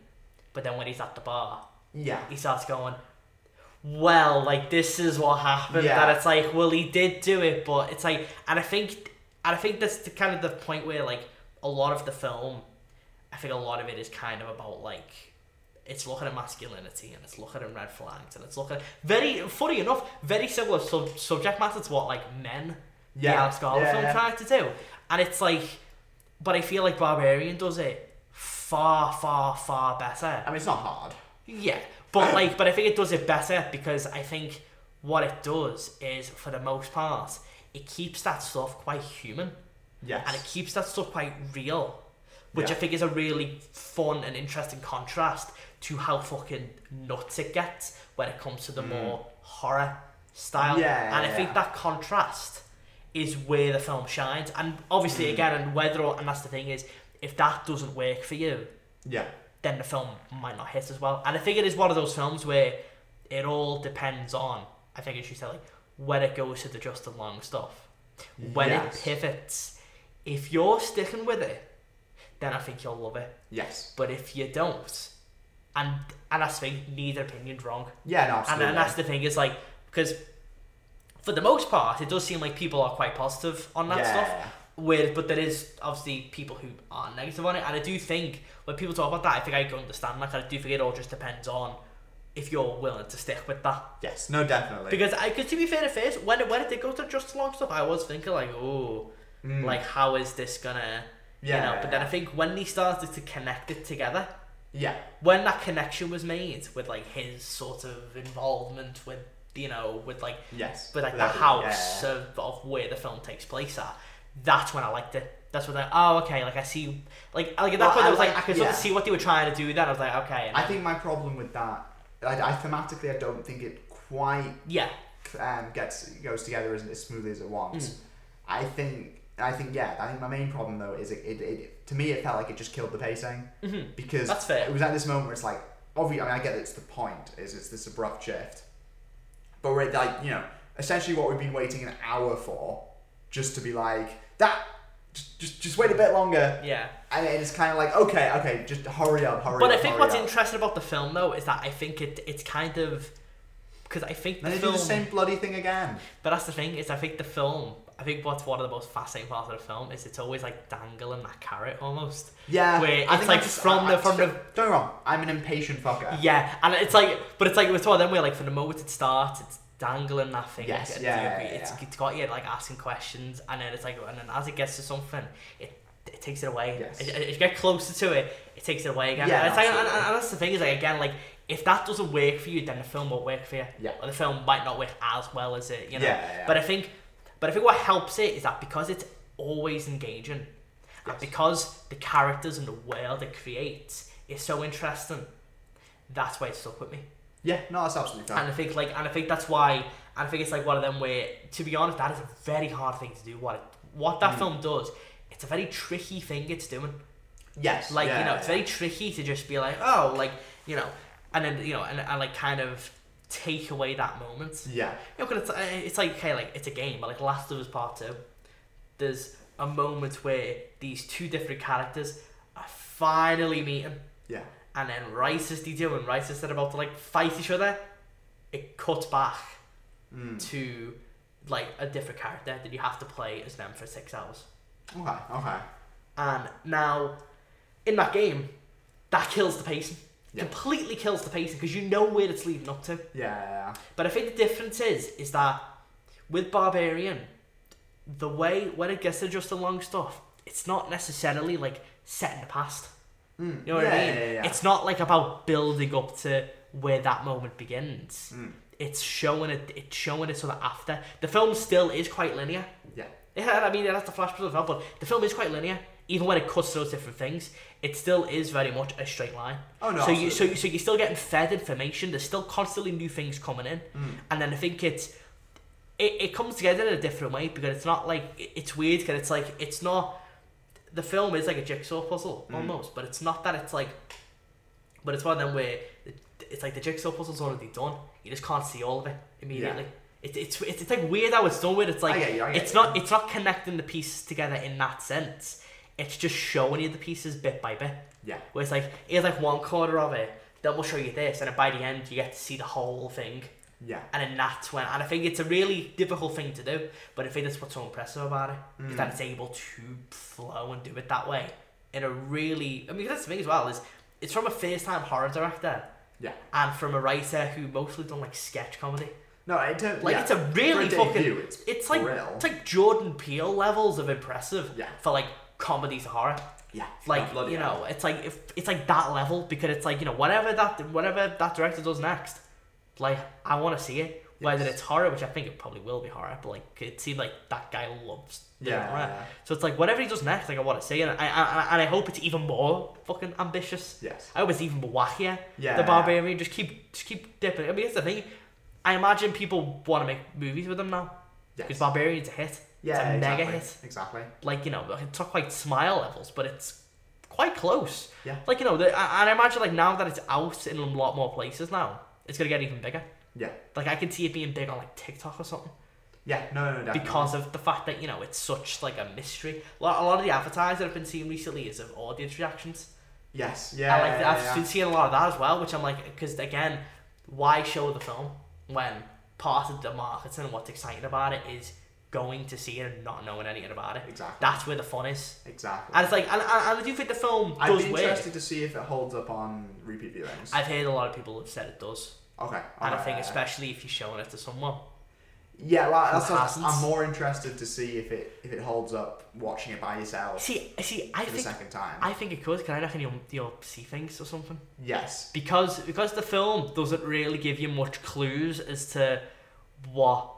B: but then when he's at the bar
A: Yeah.
B: he starts going well like this is what happened
A: Yeah.
B: that it's like well he did do it but it's like and I think and I think that's the kind of the point where like a lot of the film I think a lot of it is kind of about like it's looking at masculinity and it's looking at red flags and it's looking at very funny enough very similar sub- subject matter to what like men
A: Yeah.
B: the Alex Garland
A: Yeah,
B: film
A: yeah.
B: tried to do and it's like but I feel like Barbarian does it far far far better
A: I mean, it's not hard.
B: yeah, but like, but I think it does it better because I think what it does is, for the most part, it keeps that stuff quite human
A: Yes.
B: and it keeps that stuff quite real, which
A: Yeah.
B: I think is a really fun and interesting contrast to how fucking nuts it gets when it comes to the more horror style.
A: Yeah,
B: and I think
A: yeah.
B: that contrast is where the film shines. And obviously,
A: Mm.
B: again, and whether or, and that's the thing is, if that doesn't work for you,
A: yeah.
B: then the film might not hit as well. And I think it is one of those films where it all depends on, I think as you said, like, when it goes to the Justin Long stuff, when
A: Yes.
B: it pivots. If you're sticking with it, then I think you'll love it.
A: Yes.
B: But if you don't, and and that's the thing, neither opinion's wrong.
A: Yeah. No.
B: And,
A: Absolutely.
B: and that's the thing is like because for the most part, it does seem like people are quite positive on that
A: yeah.
B: stuff with but there is obviously people who are negative on it and I do think when people talk about that I think I can understand that 'cause I do think it all just depends on if you're willing to stick with that
A: Yes. No. Definitely.
B: because I because to be fair to first when it when it did go to just long stuff I was thinking like oh
A: Mm.
B: like how is this gonna you know
A: Yeah.
B: but then I think when they started to connect it together
A: yeah.
B: when that connection was made with like his sort of involvement with you know with like
A: Yes.
B: but like the
A: Lovely,
B: house
A: yeah.
B: of, of where the film takes place at. That's when I liked it. That's when I oh okay like I see like like at
A: Well,
B: that point
A: I
B: I was like,
A: like-
B: I could sort of
A: yeah.
B: see what they were trying to do. Then I was like okay and
A: I think my problem with that, I, I thematically, I don't think it quite
B: yeah
A: um, gets goes together as, as smoothly as it
B: Mm.
A: wants. I think I think yeah. I think my main problem though is it, it, it to me it felt like it just killed the pacing
B: Mhm.
A: because
B: That's fair.
A: It was at this moment where it's like obviously I, mean, I get it's the point is it's this abrupt shift, but we're like you know essentially what we've been waiting an hour for just to be like that. Just, just, just wait a bit longer,
B: yeah.
A: and it's kind of like okay, okay, just hurry up, hurry up.
B: But I think
A: hurry
B: what's
A: up.
B: interesting about the film though is that I think it it's kind of because I think the
A: Then they
B: film
A: do the same bloody thing again.
B: but that's the thing is I think the film I think what's one of the most fascinating parts of the film is it's always like dangling that carrot almost
A: Yeah,
B: Where
A: I
B: it's
A: think
B: like
A: I'm just-
B: from
A: I-
B: the-
A: I-
B: from the-
A: don't get me wrong, I'm an impatient fucker.
B: Yeah, and it's like, but it's like it's one of them where like from the moment it starts, it's dangling that thing.
A: Yes,
B: I do
A: yeah,
B: agree.
A: yeah,
B: It's,
A: yeah.
B: it's got you like asking questions, and then it's like, and then as it gets to something, it, it takes it away.
A: Yes.
B: As, as you get closer to it, it takes it away again.
A: Yeah,
B: And it's like, and,
A: absolutely.
B: and- and that's the thing is like again like if that doesn't work for you, then the film won't work for you.
A: Yeah.
B: Or the film might not work as well as it. You know.
A: Yeah, yeah.
B: But I think, but I think what helps it is that because it's always engaging, and
A: Yes.
B: because the characters and the world it creates is so interesting, that's why it stuck with me.
A: Yeah, no, that's absolutely fine.
B: And I think like, and I think that's why, and I think it's like one of them where, to be honest, that is a very hard thing to do. What it, what
A: Mm.
B: that film does, it's a very tricky thing it's doing.
A: yes,
B: Like
A: yeah,
B: you know, it's
A: yeah.
B: very tricky to just be like, oh, like you know, and then you know, and, and like kind of take away that moment.
A: yeah,
B: You know, 'cause it's, uh, it's like okay, like it's a game, but like Last of Us Part Two, there's a moment where these two different characters are finally meeting,
A: yeah,
B: and then right as they do, and right as they're about to like fight each other, it cuts back
A: Mm.
B: to like a different character that you have to play as them for six hours.
A: Okay, okay.
B: And now, in that game, that kills the pacing.
A: Yeah.
B: Completely kills the pacing because you know where it's leading up to.
A: Yeah,
B: But I think the difference is is that with Barbarian, the way when it gets to Justin Long stuff, it's not necessarily like set in the past.
A: yeah. Mm.
B: You know what
A: yeah,
B: I mean?
A: Yeah, yeah, yeah.
B: It's not like about building up to where that moment begins.
A: Mm.
B: It's showing it. It's showing it sort of after. The film still is quite linear.
A: Yeah.
B: Yeah, I mean that's the flashback of the film, but the film is quite linear. Even when it cuts those different things, it still is very much a straight line.
A: Oh, no,
B: So you so
A: absolutely.
B: you- so you're still getting fed information. There's still constantly new things coming in,
A: Mm.
B: and then I think it's it, it comes together in a different way because it's not like it- it's weird because it's like it's not the film is like a jigsaw puzzle
A: Mm.
B: almost, but it's not that it's like, but it's one of them where it, it's like the jigsaw puzzle's already done. You just can't see all of it immediately. It, it's, it's it's like weird how it's done where it's like
A: I get you, I get
B: it's
A: you.
B: not it's not connecting the pieces together in that sense. It's just showing you the pieces bit by bit.
A: Yeah.
B: Where it's like here's like one quarter of it, then we'll show you this, and then by the end you get to see the whole thing.
A: Yeah.
B: And then that's when and I think it's a really difficult thing to do, but I think that's what's so impressive about it. Is
A: Hmm.
B: that it's able to flow and do it that way. In a really I mean that's the thing as well, is it's from a first time horror director
A: Yeah.
B: and from a writer who mostly done like sketch comedy.
A: No, it don't.
B: Like
A: yeah.
B: it's a really
A: For
B: fucking.
A: debut, it's
B: like
A: real.
B: it's like Jordan Peele levels of impressive
A: Yeah.
B: for like comedy to horror.
A: yeah.
B: Like
A: bloody
B: you
A: hell.
B: know, it's like if it's like that level because it's like you know whatever that whatever that director does next, like I want to see it. Whether
A: Yes.
B: it's horror, which I think it probably will be horror, but like it seemed like that guy loves doing
A: Yeah,
B: horror.
A: yeah.
B: So it's like whatever he does next, like I want to see, and I, I, I and I hope it's even more fucking ambitious.
A: Yes.
B: I hope it's even more wackier.
A: Yeah.
B: The Barbarian. Just keep, just keep dipping. I mean, that's the thing. I imagine people want to make movies with them now because
A: Yes.
B: Barbarian's a hit.
A: Yeah.
B: it's a
A: exactly.
B: mega hit.
A: Exactly.
B: Like you know, it's not quite smile levels, but it's quite close.
A: Yeah.
B: Like you know, the, I- and I imagine like now that it's out in a lot more places now, it's gonna get even bigger.
A: Yeah.
B: Like I can see it being big on like TikTok or something
A: Yeah. No. No. no definitely.
B: because of the fact that you know it's such like a mystery. A lot, a lot of the advertising I've been seeing recently is of audience reactions.
A: Yes. Yeah.
B: I like that.
A: yeah,
B: I've
A: yeah.
B: been seeing a lot of that as well, which I'm like, because again, why show the film when part of the marketing and what's exciting about it is going to see it and not knowing anything about it?
A: Exactly.
B: That's where the fun is.
A: Exactly.
B: And it's like, and, and, and I do think the film
A: I'd
B: does
A: be
B: work.
A: interested to see if it holds up on repeat viewings.
B: I've heard a lot of people have said it does.
A: okay.
B: And I
A: alright.
B: think, especially if you're showing it to someone.
A: Yeah, like, that's what-
B: hasn't?
A: I'm more interested to see if it if it holds up watching it by yourself
B: See, see, I
A: for the
B: think.
A: second time.
B: I think it could. Can I reckon you'll, you'll see things or something?
A: yes.
B: because because the film doesn't really give you much clues as to what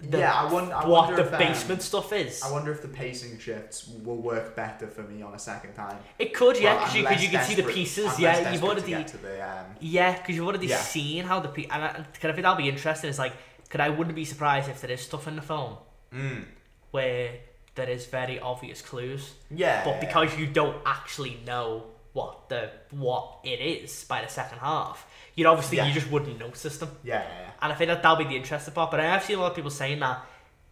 A: yeah, I, won- I
B: what
A: wonder
B: the
A: if, um,
B: basement stuff is.
A: I wonder if the pacing shifts will work better for me on a second time.
B: it could, yeah,
A: Well,
B: because
A: I'm
B: you, 'cause
A: less
B: you can see the
A: desperate-
B: pieces.
A: I'm less
B: yeah, you've
A: desperate to
B: already,
A: get to the, um,
B: yeah, because you've already
A: Yeah.
B: seen how the pe- and I, and I think that'll be interesting. It's like, could I wouldn't be surprised if there is stuff in the film
A: mm,
B: where there is very obvious clues,
A: yeah,
B: but because you don't actually know what the what it is by the second half, you'd obviously
A: Yeah.
B: you just wouldn't notice them.
A: yeah, yeah, yeah.
B: And I think that that'll be the interesting part. But I have seen a lot of people saying that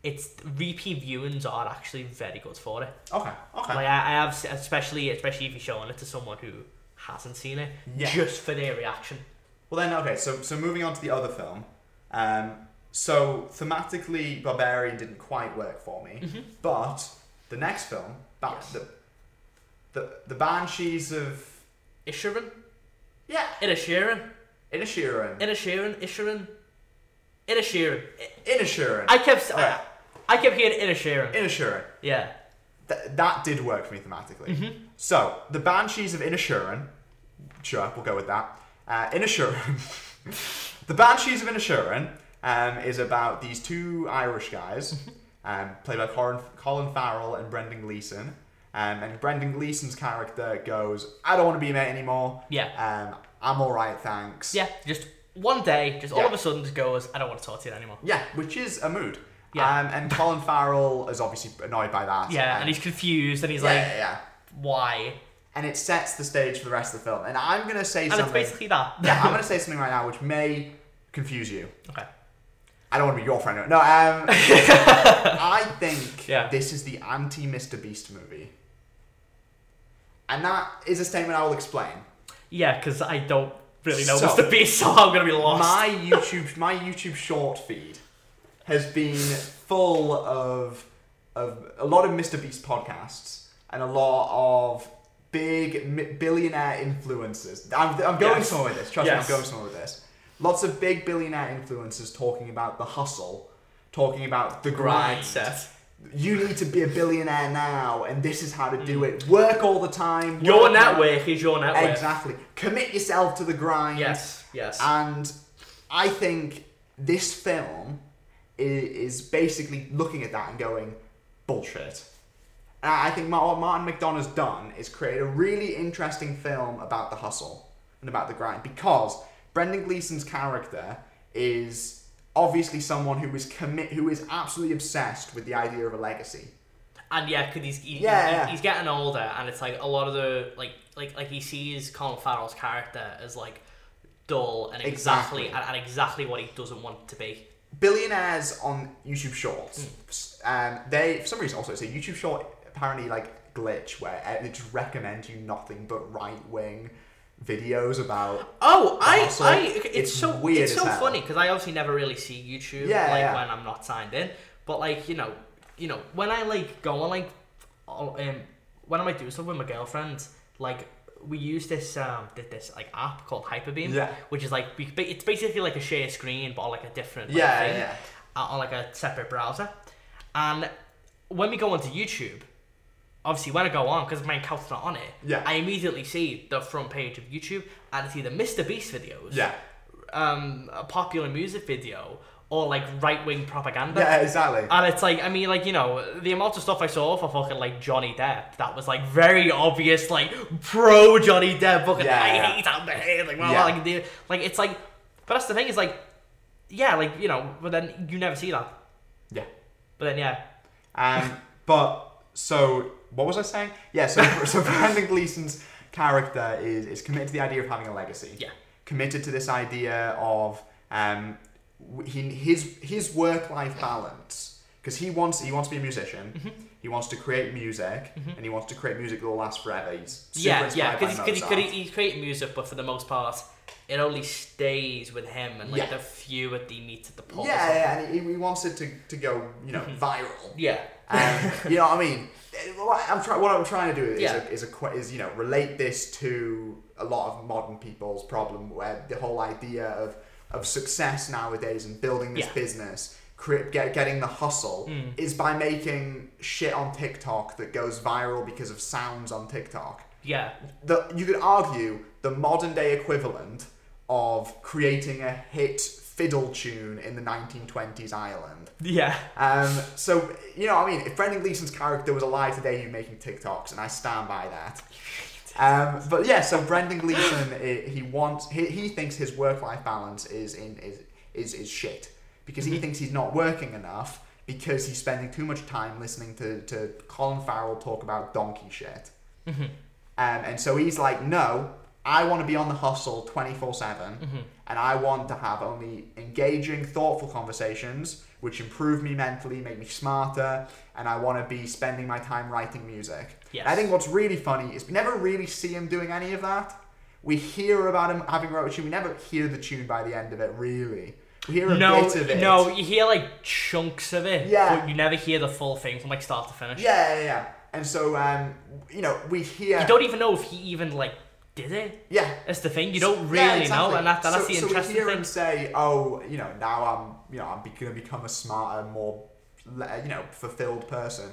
B: it's repeat viewings are actually very good for it.
A: Okay, okay.
B: Like I, I have, se- especially especially if you're showing it to someone who hasn't seen it,
A: Yeah.
B: just for their reaction.
A: Well then, okay. So so moving on to the other film. Um, so thematically, Barbarian didn't quite work for me, but the next film, ba-
B: Mm-hmm. Yes.
A: the, the the Banshees of
B: Isherin,
A: yeah,
B: Ina Sheeran,
A: Inisherin.
B: Ina Sheeran, Isherin, Inner Sheeran.
A: Inisherin.
B: I kept
A: Alright.
B: I, I kept hearing Inner Sheeran.
A: Inisherin.
B: Yeah.
A: Th- that did work for me thematically.
B: Mm-hmm.
A: So, the Banshees of Inisherin. Sure, we'll go with that. Uh, Inisherin. the Banshees of Inisherin um, is about these two Irish guys,
B: Mm-hmm.
A: um, played by Colin, Colin Farrell and Brendan Gleeson. Um, and Brendan Gleeson's character goes, I don't want to be a mate anymore.
B: Yeah.
A: Um, I'm alright, thanks.
B: Yeah. Just one day, just all
A: Yeah.
B: of a sudden just goes, I don't want to talk to you anymore.
A: Yeah, which is a mood.
B: Yeah.
A: Um, and Colin Farrell is obviously annoyed by that. Um,
B: Yeah, and he's confused and he's
A: yeah,
B: like,
A: yeah, yeah.
B: why?
A: And it sets the stage for the rest of the film. And I'm gonna say
B: And it's
A: something.
B: basically that.
A: yeah, I'm gonna say something right now which may confuse you.
B: okay.
A: I don't want to be your friend. No, um, I think
B: Yeah.
A: this is the anti Mr Beast movie, and that is a statement I will explain.
B: Yeah, because I don't really know
A: So-
B: Mr. Beast, so I'm gonna be lost.
A: My YouTube, my YouTube short feed has been full of of a lot of Mr Beast podcasts and a lot of big mi- billionaire influencers. I'm, I'm going
B: Yes.
A: somewhere with this. Trust
B: Yes.
A: me, I'm going somewhere with this. Lots of big billionaire influencers talking about the hustle, talking about the grind.
B: mindset.
A: You need to be a billionaire now, and this is how to do
B: Mm.
A: it. Work all the time.
B: Your
A: work-
B: network is your network.
A: Exactly. Commit yourself to the grind.
B: Yes, yes.
A: And I think this film i- is basically looking at that and going, bullshit. And I I think Ma- what Martin McDonough's done is create a really interesting film about the hustle and about the grind because Brendan Gleeson's character is obviously someone who is commit who is absolutely obsessed with the idea of a legacy.
B: And yeah, because he's he,
A: Yeah,
B: he-
A: yeah.
B: he's getting older, and it's like a lot of the like like like he sees Colin Farrell's character as like dull and
A: Exactly.
B: exactly, And, and exactly what he doesn't want it to be.
A: billionaires on YouTube Shorts,
B: Hmm.
A: um, they for some reason also it's a YouTube Short apparently like glitch where uh, they just recommend you nothing but right wing videos about.
B: Oh,
A: I-
B: I,
A: Also, I-
B: I
A: it's
B: it's,
A: it's so-
B: so
A: weird it's
B: it's
A: as so
B: so
A: hell. funny,
B: funny because I obviously never really see YouTube
A: Yeah,
B: like
A: yeah.
B: when I'm not signed in, but like you know you know when I like go on like oh, um when I might do stuff with my girlfriend like. We use this um th- this like app called Hyperbeam,
A: Yeah.
B: which is like we- it's basically like a share screen but on like a different like,
A: Yeah,
B: thing.
A: yeah.
B: uh, on like a separate browser. And when we go onto YouTube, obviously when I go on because my account's not on it,
A: Yeah.
B: I immediately see the front page of YouTube and it's either Mr Beast videos,
A: Yeah,
B: um, a popular music video, or like right wing propaganda.
A: yeah, exactly.
B: And it's like, I mean, like, you know, the amount of stuff I saw for fucking, like, Johnny Depp, that was, like, very obvious, like, pro Johnny Depp, fucking,
A: Yeah,
B: I
A: yeah.
B: hate out the head, like, well,
A: Yeah.
B: like, the, like, it's like, but that's the thing, is like, yeah, like, you know, but then you never see that.
A: Yeah.
B: But then, yeah.
A: Um, but so what was I saying? Yeah. So so Brandon Gleason's character is is committed to the idea of having a legacy.
B: Yeah.
A: Committed to this idea of um, w- he, his his work life balance because he wants he wants to be a musician.
B: Mm-hmm.
A: He wants to create music and he wants to create music that will last forever. He's super
B: yeah, yeah,
A: inspired by
B: because he's,
A: Mozart.
B: he's, he's creating music, but for the most part, it only stays with him and, like,
A: Yeah.
B: the few at the meet at the pub. or
A: yeah,
B: something.
A: yeah, and he, he wants it to, to go you know
B: Mm-hmm.
A: viral.
B: Yeah.
A: Um, you know what I mean? Eh, What I'm trying, what I'm trying to do is,
B: Yeah.
A: a, is, a, que- is you know relate this to a lot of modern people's problem, where the whole idea of of success nowadays and building this
B: Yeah. Mm.
A: business, cre- get, getting the hustle, is by making shit on TikTok that goes viral because of sounds on TikTok.
B: Yeah.
A: The, you could argue the modern day equivalent of creating a hit fiddle tune in the 1920s Ireland.
B: Yeah.
A: Um, so you know, what I mean, if Brendan Gleeson's character was alive today, he'd be making TikToks, and I stand by that. Um, but yeah, so Brendan Gleeson, i- he wants, he, he thinks his work-life balance is in is is, is shit because he thinks he's not working enough because he's spending too much time listening to to Colin Farrell talk about donkey shit. Um, and so he's like, no, I want to be on the hustle 24
B: Mm-hmm.
A: 7, and I want to have only engaging, thoughtful conversations which improve me mentally, make me smarter, and I want to be spending my time writing music.
B: Yes.
A: And I think what's really funny is we never really see him doing any of that. We hear about him having wrote a tune, we never hear the tune by the end of it, really. We hear a
B: No,
A: bit of it.
B: no, you hear like chunks of it,
A: Yeah.
B: but you never hear the full thing from like start to finish.
A: Yeah, yeah, yeah. And so, um, you know, we hear.
B: You don't even know if he even like did it.
A: Yeah.
B: That's the thing. You don't really
A: Yeah,
B: know,
A: exactly.
B: and that, that's
A: so,
B: the
A: so
B: interesting
A: we hear
B: thing.
A: him say, "Oh, you know, now I'm, you know, I'm going to become a smarter, more, le- you know, fulfilled person."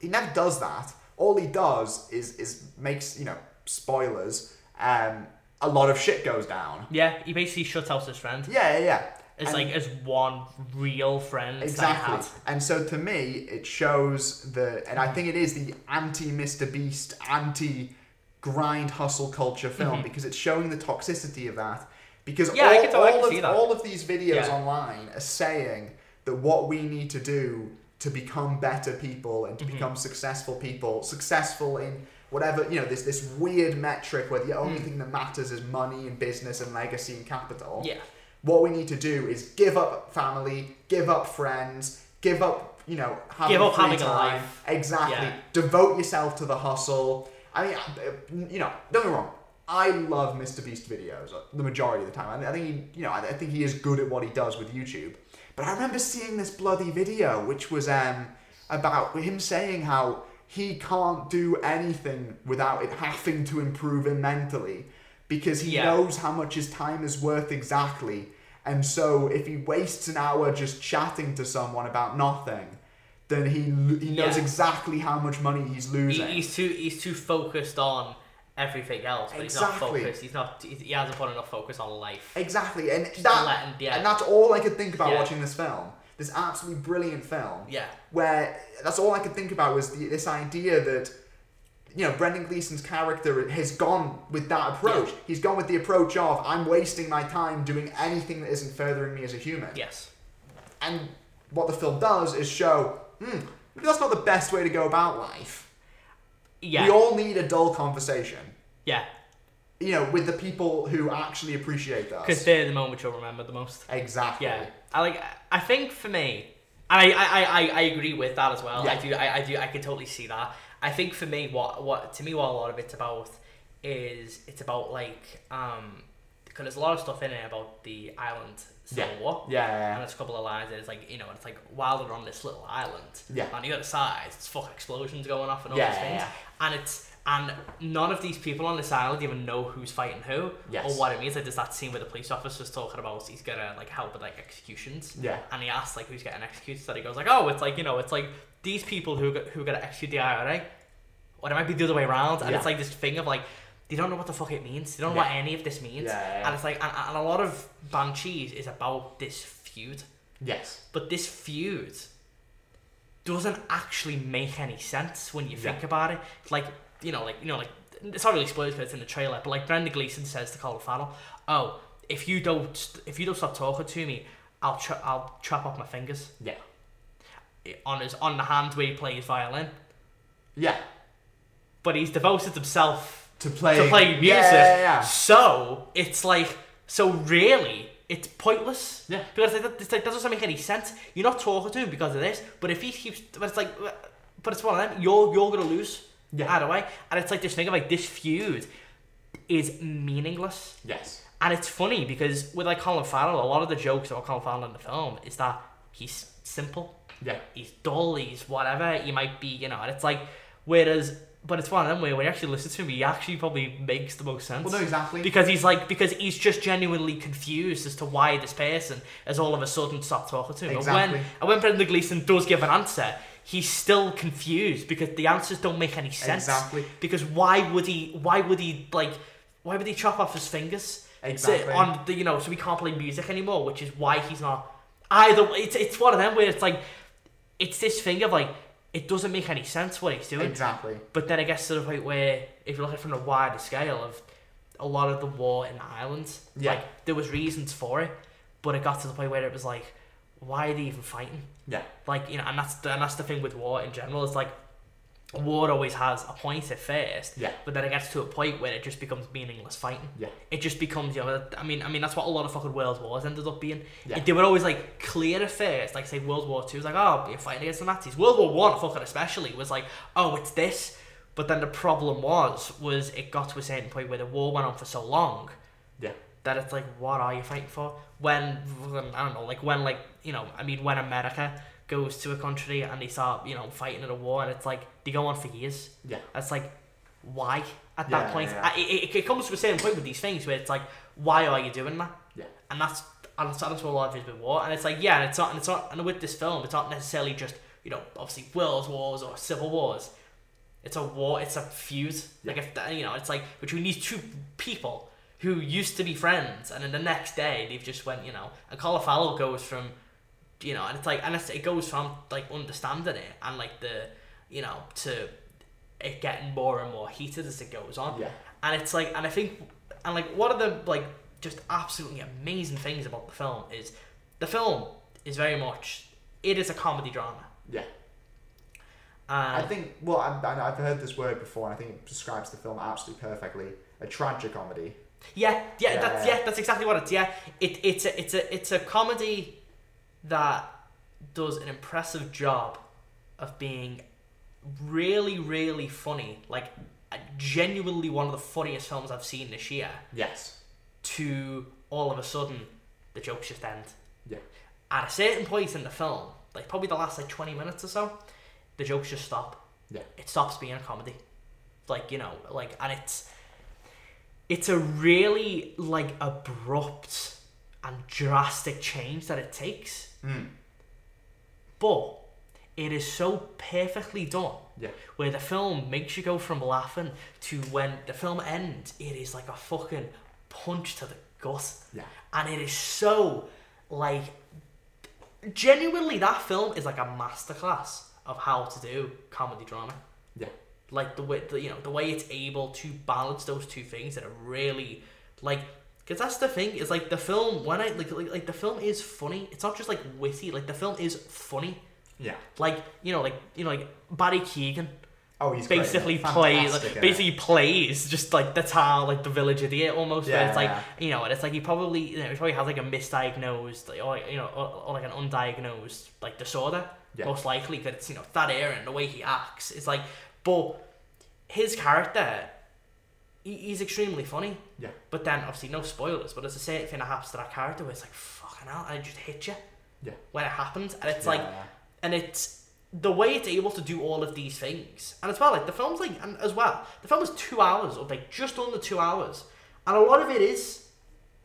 A: He never does that. All he does is is makes you know spoilers. Um, a lot of shit goes down.
B: Yeah, he basically shuts out his friend.
A: Yeah, yeah, yeah.
B: It's
A: And-
B: like as one real friend that
A: Exactly.
B: he had.
A: And so to me, it shows the, and
B: Mm.
A: I think it is the anti Mr. Beast, anti grind hustle culture film because it's showing the toxicity of that. Because
B: Mm-hmm. Yeah,
A: all,
B: I can tell- I
A: all
B: can
A: of,
B: see that.
A: all of these videos
B: Yeah.
A: online are saying that what we need to do to become better people and to
B: Mm-hmm.
A: become successful people, successful in whatever, you know, there's this weird metric where the
B: Mm.
A: only thing that matters is money and business and legacy and capital
B: Yeah.
A: what we need to do is give up family, give up friends, give up, you know, having
B: Give up
A: free
B: having a
A: time.
B: life.
A: Exactly.
B: Yeah.
A: Devote yourself to the hustle. I mean, I- you know, don't get me wrong. I love Mr. Beast videos uh, the majority of the time. I I think he, you know, I I think he is good at what he does with YouTube. But I remember seeing this bloody video, which was um about him saying how he can't do anything without it having to improve him mentally because he
B: Yeah.
A: knows knows how much his time is worth exactly. And so if he wastes an hour just chatting to someone about nothing, then he lo- he knows
B: Yeah.
A: exactly how much money he's losing.
B: He, he's too he's too focused on everything else, but he's not
A: Exactly.
B: focused. He's not he- he hasn't put enough focus on life.
A: exactly. And that
B: letting- yeah.
A: and that's all I could think about
B: Yeah.
A: watching this film. This absolutely brilliant film.
B: Yeah.
A: Where that's all I could think about was the, this idea that you know, Brendan Gleeson's character has gone with that approach.
B: Yeah.
A: He's gone with the approach of I'm wasting my time doing anything that isn't furthering me as a human.
B: Yes.
A: And what the film does is show, hmm, maybe that's not the best way to go about life.
B: Yeah.
A: We all need a dull conversation,
B: yeah.
A: you know, with the people who actually appreciate
B: Because
A: us.
B: they're the moment you'll remember the most.
A: Exactly.
B: Yeah. I like. I think for me, and I I, I, I agree with that as well. I
A: Yeah.
B: do. I, I do. I can totally see that. I think for me, what what to me, what a lot of it's about is it's about like um because there's a lot of stuff in it about the island civil
A: Yeah.
B: war.
A: Yeah, yeah, yeah.
B: And it's a couple of lines. And it's like you know, it's like while they're on this little island.
A: Yeah.
B: On the other side, it's fucking explosions going off and all
A: Yeah,
B: these
A: yeah,
B: things.
A: yeah.
B: And it's and none of these people on this island even know who's fighting who
A: Yes.
B: or what it means. Like there's that scene where the police officer's talking about he's gonna like help with like executions.
A: Yeah.
B: And he asks like who's getting executed, and he goes like, oh, it's like you know, it's like these people who go- who are gonna execute the IRA, or it might be the other way around. And it's
A: Yeah.
B: like this thing of like they don't know what the fuck it means. They don't know
A: Yeah.
B: what any of this means.
A: Yeah, yeah, yeah.
B: And it's like and, and a lot of Banshees is about this feud,
A: Yes.
B: but this feud doesn't actually make any sense when you
A: Yeah.
B: think about it. Like you know, like you know, like it's not really spoilers because it's in the trailer. But like Brendan Gleeson says to Colin Farrell, "Oh, if you don't, st- if you don't stop talking to me, I'll tra- I'll chop off my fingers."
A: Yeah.
B: On his on the hand where he plays violin,
A: Yeah.
B: but he's devoted himself
A: To play.
B: to playing music.
A: Yeah, yeah,
B: So it's like so really it's pointless.
A: Yeah.
B: Because it, it's like that doesn't make any sense. You're not talking to him because of this, but if he keeps but it's like but it's one of them, you're you're gonna lose
A: Yeah.
B: either way. And it's like this thing of like this feud is meaningless.
A: yeah. Yes.
B: And it's funny because with like Colin Farrell, a lot of the jokes about Colin Farrell in the film is that he's simple
A: Yeah.
B: he's dull, he's whatever, he might be, you know, and it's like, whereas, but it's one of them where when you actually listen to him, he actually probably makes the most sense.
A: Well, no, exactly.
B: Because he's like, because he's just genuinely confused as to why this person has all of a sudden stopped talking to him. And
A: Exactly.
B: when, and when Brendan Gleeson does give an answer, he's still confused because the answers don't make any sense.
A: Exactly.
B: Because why would he, why would he, like, why would he chop off his fingers?
A: Exactly.
B: So, on the, you know, so he can't play music anymore, which is why he's not. Either it's it's one of them where it's like, it's this thing of like, it doesn't make any sense what he's doing.
A: Exactly.
B: But then I guess sort of like where if you look at it from a wider scale of a lot of the war in Ireland,
A: Yeah.
B: like there was reasons for it, but it got to the point where it was like, why are they even fighting?
A: Yeah.
B: Like you know, and that's the, and that's the thing with war in general. It's like war always has a point at first,
A: Yeah.
B: but then it gets to a point where it just becomes meaningless fighting.
A: Yeah.
B: It just becomes you know, I mean, I mean that's what a lot of fucking world wars ended up being.
A: Yeah.
B: They were always like clear at first, like say World War Two was like oh you're fighting against the Nazis. World War One fucking especially was like oh it's this, but then the problem was was it got to a certain point where the war went on for so long
A: Yeah.
B: that it's like what are you fighting for when when- i don't know like when like you know i mean when america goes to a country and they start you know fighting in a war and it's like they go on for years
A: Yeah.
B: that's like why at
A: Yeah,
B: that point?
A: yeah.
B: I, it, it comes to a certain point with these things where it's like, why are you doing that?
A: Yeah.
B: And that's and that's, that's what a lot of it is with war. And it's like, yeah, and it's not and it's not and with this film, it's not necessarily just you know obviously world wars or civil wars. It's a war. It's a feud. Like if that- you know, it's like between these two people who used to be friends, and then the next day they've just went you know. And Calafalo goes from you know, and it's like, and it's, it goes from like understanding it and like the, you know, to it getting more and more heated as it goes on.
A: Yeah.
B: And it's like, and I think, and like, one of the like just absolutely amazing things about the film is the film is very much it is a comedy drama.
A: Yeah. I
B: And
A: think, well, I, I, I've heard this word before, and I think it describes the film absolutely perfectly. A tragic comedy.
B: yeah, yeah,
A: Yeah,
B: that's
A: yeah.
B: yeah, that's exactly what it's. Yeah, it it's a it's a it's a comedy that does an impressive job of being really really funny. Like uh, genuinely one of the funniest films I've seen this year.
A: Yes.
B: To all of a sudden, the jokes just end.
A: Yeah.
B: At a certain point in the film, like probably the last like twenty minutes or so, the jokes just stop.
A: Yeah.
B: It stops being a comedy. Like, you know, like and it's it's a really like abrupt and drastic change that it takes.
A: Hmm.
B: But it is so perfectly done.
A: Yeah.
B: Where the film makes you go from laughing to when the film ends, it is like a fucking punch to the gut.
A: Yeah.
B: And it is so like genuinely that film is like a masterclass of how to do comedy drama
A: Yeah.
B: like the way the, you know the way it's able to balance those two things that are really like because that's the thing is like the film when I like, like like the film is funny it's not just like witty like the film is funny
A: Yeah.
B: like you know like you know like Barry Keegan
A: Oh, he's great,
B: basically
A: isn't he?
B: plays
A: Fantastic, isn't he?
B: basically plays just like the town like the village idiot almost where it's like
A: Yeah.
B: you know and it's like he probably you know he probably has like a misdiagnosed like, or you know or, or like an undiagnosed like disorder
A: Yeah.
B: most likely because it's you know that era and the way he acts it's like but his character he, he's extremely funny
A: Yeah.
B: but then obviously no spoilers but there's a certain thing that happens to that character where it's like fucking hell and it just hits you
A: Yeah.
B: when it happens and it's
A: Yeah,
B: like
A: yeah.
B: and it's the way it's able to do all of these things and as well like the film's like and as well the film is two hours or like just under two hours and a lot of it is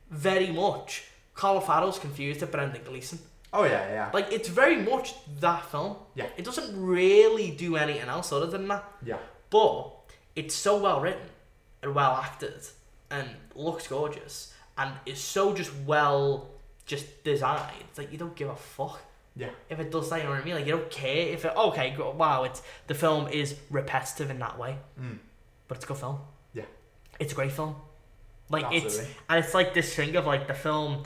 B: very much Carl Farrell's confused at Brendan Gleeson
A: Oh yeah, yeah,
B: like it's very much that film
A: Yeah.
B: it doesn't really do anything else other than that
A: yeah,
B: but it's so well written and well acted and looks gorgeous and is so just well just designed it's like you don't give a fuck
A: yeah,
B: if it does that, you know what I mean? Like, you don't care if it, okay, go- wow, it's, the film is repetitive in that way,
A: Mm.
B: but it's a good film.
A: Yeah.
B: It's a great film. Like, it's,
A: Absolutely.
B: and it's like this thing of like the film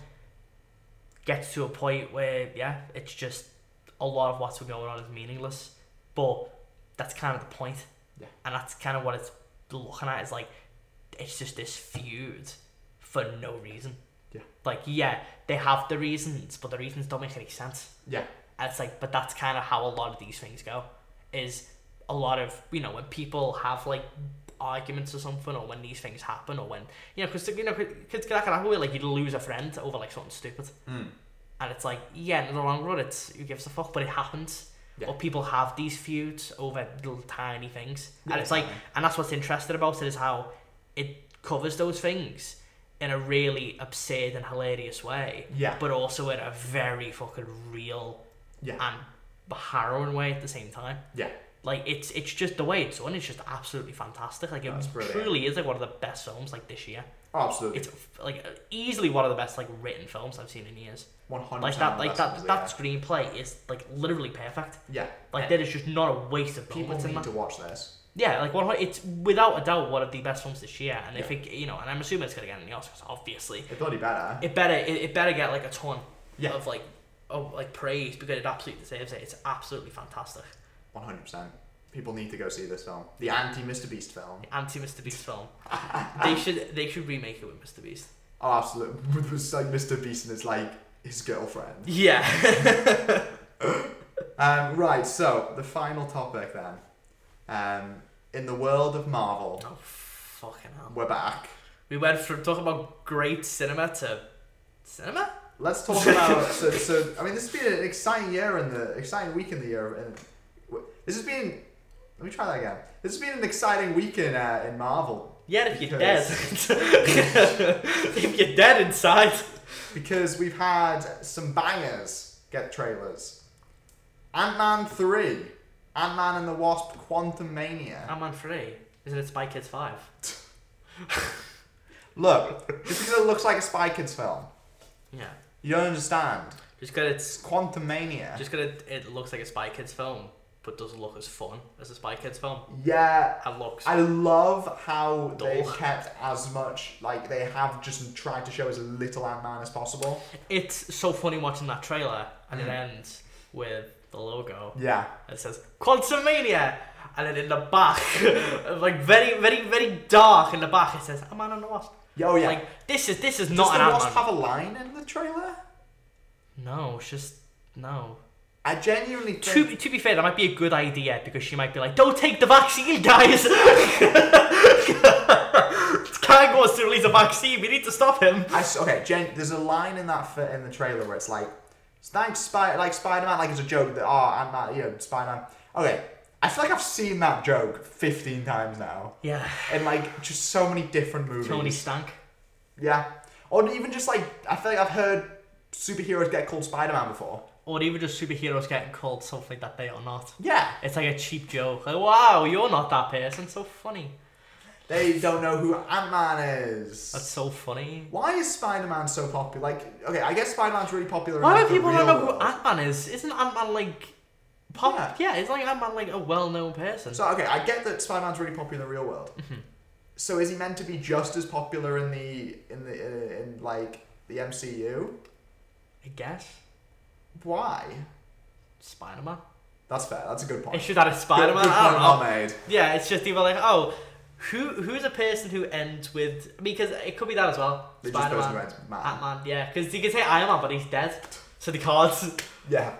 B: gets to a point where, yeah, it's just a lot of what's been going on is meaningless, but that's kind of the point.
A: Yeah.
B: And that's kind of what it's looking at is like, it's just this feud for no reason.
A: Yeah.
B: Like, yeah, they have the reasons, but the reasons don't make any sense.
A: yeah,
B: And it's like, but that's kind of how a lot of these things go. Is a lot of you know when people have like arguments or something, or when these things happen, or when you know because you know because that can happen where like you lose a friend over like something stupid,
A: mm.
B: and it's like yeah, in the long run, it's who gives a fuck, but it happens.
A: Yeah.
B: Or people have these feuds over little tiny things,
A: Yeah,
B: and it's like,
A: exactly.
B: and that's what's interesting about it is how it covers those things in a really absurd and hilarious way,
A: yeah,
B: but also in a very fucking real
A: yeah,
B: and harrowing way at the same time.
A: yeah,
B: Like it's it's just the way it's done. It's just absolutely fantastic. Like it
A: That's brilliant.
B: truly is like one of the best films like this year.
A: oh, absolutely,
B: It's like easily one of the best like written films I've seen in years.
A: one hundred.
B: Like that like that that screenplay is like literally perfect.
A: yeah.
B: Like
A: Eh,
B: there is just not a waste of
A: people
B: moments in
A: need
B: that.
A: to watch this.
B: Yeah, like one. It's without a doubt one of the best films this year, and I
A: Yeah.
B: think you know, and I'm assuming it's gonna get in the Oscars, obviously.
A: It bloody better.
B: It better it, it better get like a ton
A: Yeah.
B: of like of like praise because it absolutely deserves it. It's absolutely fantastic.
A: One hundred percent. People need to go see this film, the anti Mr Beast film.
B: anti Mr Beast film. they should they should remake it with Mr Beast.
A: Oh, absolutely. It was like Mr Beast and it's like his girlfriend.
B: Yeah.
A: Um, right. So the final topic then. Um, in the world of Marvel,
B: oh fucking hell.
A: we're back.
B: We went from talking about great cinema to cinema.
A: Let's talk about. so, so, I mean, this has been an exciting year in the exciting week in the year. And w- this has been Let me try that again. This has been an exciting week in, uh, in Marvel
B: Yeah, if you're dead.
A: Because-
B: if you're dead inside.
A: because we've had some bangers get trailers. Ant Man 3, Ant Man and the Wasp Quantum Mania.
B: I'm on three. Isn't it Spy Kids 5?
A: Look, just because it looks like a Spy Kids film,
B: Yeah.
A: you don't understand.
B: Just because it's
A: It's Quantum Mania.
B: Just because it, it looks like a Spy Kids film, but doesn't look as fun as a Spy Kids film.
A: yeah,
B: It looks.
A: I love how
B: Dull.
A: they've kept as much, like, they have just tried to show as little Ant Man as possible.
B: It's so funny watching that trailer, and it ends with the logo.
A: Yeah.
B: It says Quantum Mania, and then in the back, like very, very, very dark in the back, it says a man and a wasp.
A: Yeah, Oh, yeah.
B: Like this is this is
A: Does
B: not
A: the
B: an
A: Wasp
B: Ant Man.
A: have a line in the trailer?
B: No, it's just no.
A: I genuinely think.
B: To be, to be fair, that might be a good idea because she might be like, "Don't take the vaccine, guys." Kang wants to release a vaccine. We need to stop him.
A: I s okay, Jen. There's a line in that fi- in the trailer where it's like, it's like Spider, like Spider Man, like it's a joke that oh, I'm not, you know, Spider Man. Okay, I feel like I've seen that joke 15 times now,
B: Yeah.
A: in like just so many different movies.
B: Tony Stank.
A: Yeah, or even just like I feel like I've heard superheroes get called Spider Man before.
B: Or even just superheroes getting called something that they are not.
A: Yeah,
B: It's like a cheap joke. Like, wow, you're not that person. So funny.
A: they don't know who Ant Man is.
B: That's so funny.
A: Why is Spider Man so popular? Like, okay, I guess Spider Man's really popular.
B: Why
A: in
B: do
A: the
B: people
A: real
B: not know who
A: world.
B: Ant Man is? Isn't Ant Man like
A: Yeah.
B: pop? Yeah. it's like Ant Man like a well known person.
A: So okay, I get that Spider Man's really popular in the real world.
B: Mm-hmm.
A: So is he meant to be just as popular in the in the uh, in like the MCU?
B: I guess
A: Why?
B: Spider Man.
A: That's fair. That's a good point.
B: It should add a Spider Man.
A: Good, good
B: I don't
A: point
B: know.
A: well made.
B: Yeah, it's just even like, oh, who who's a person who ends with because it could be that as well.
A: They just
B: Spider
A: person who
B: Man,
A: ends man.
B: Ant Man, yeah, because you can say Iron Man, but he's dead, so they can't.
A: Yeah.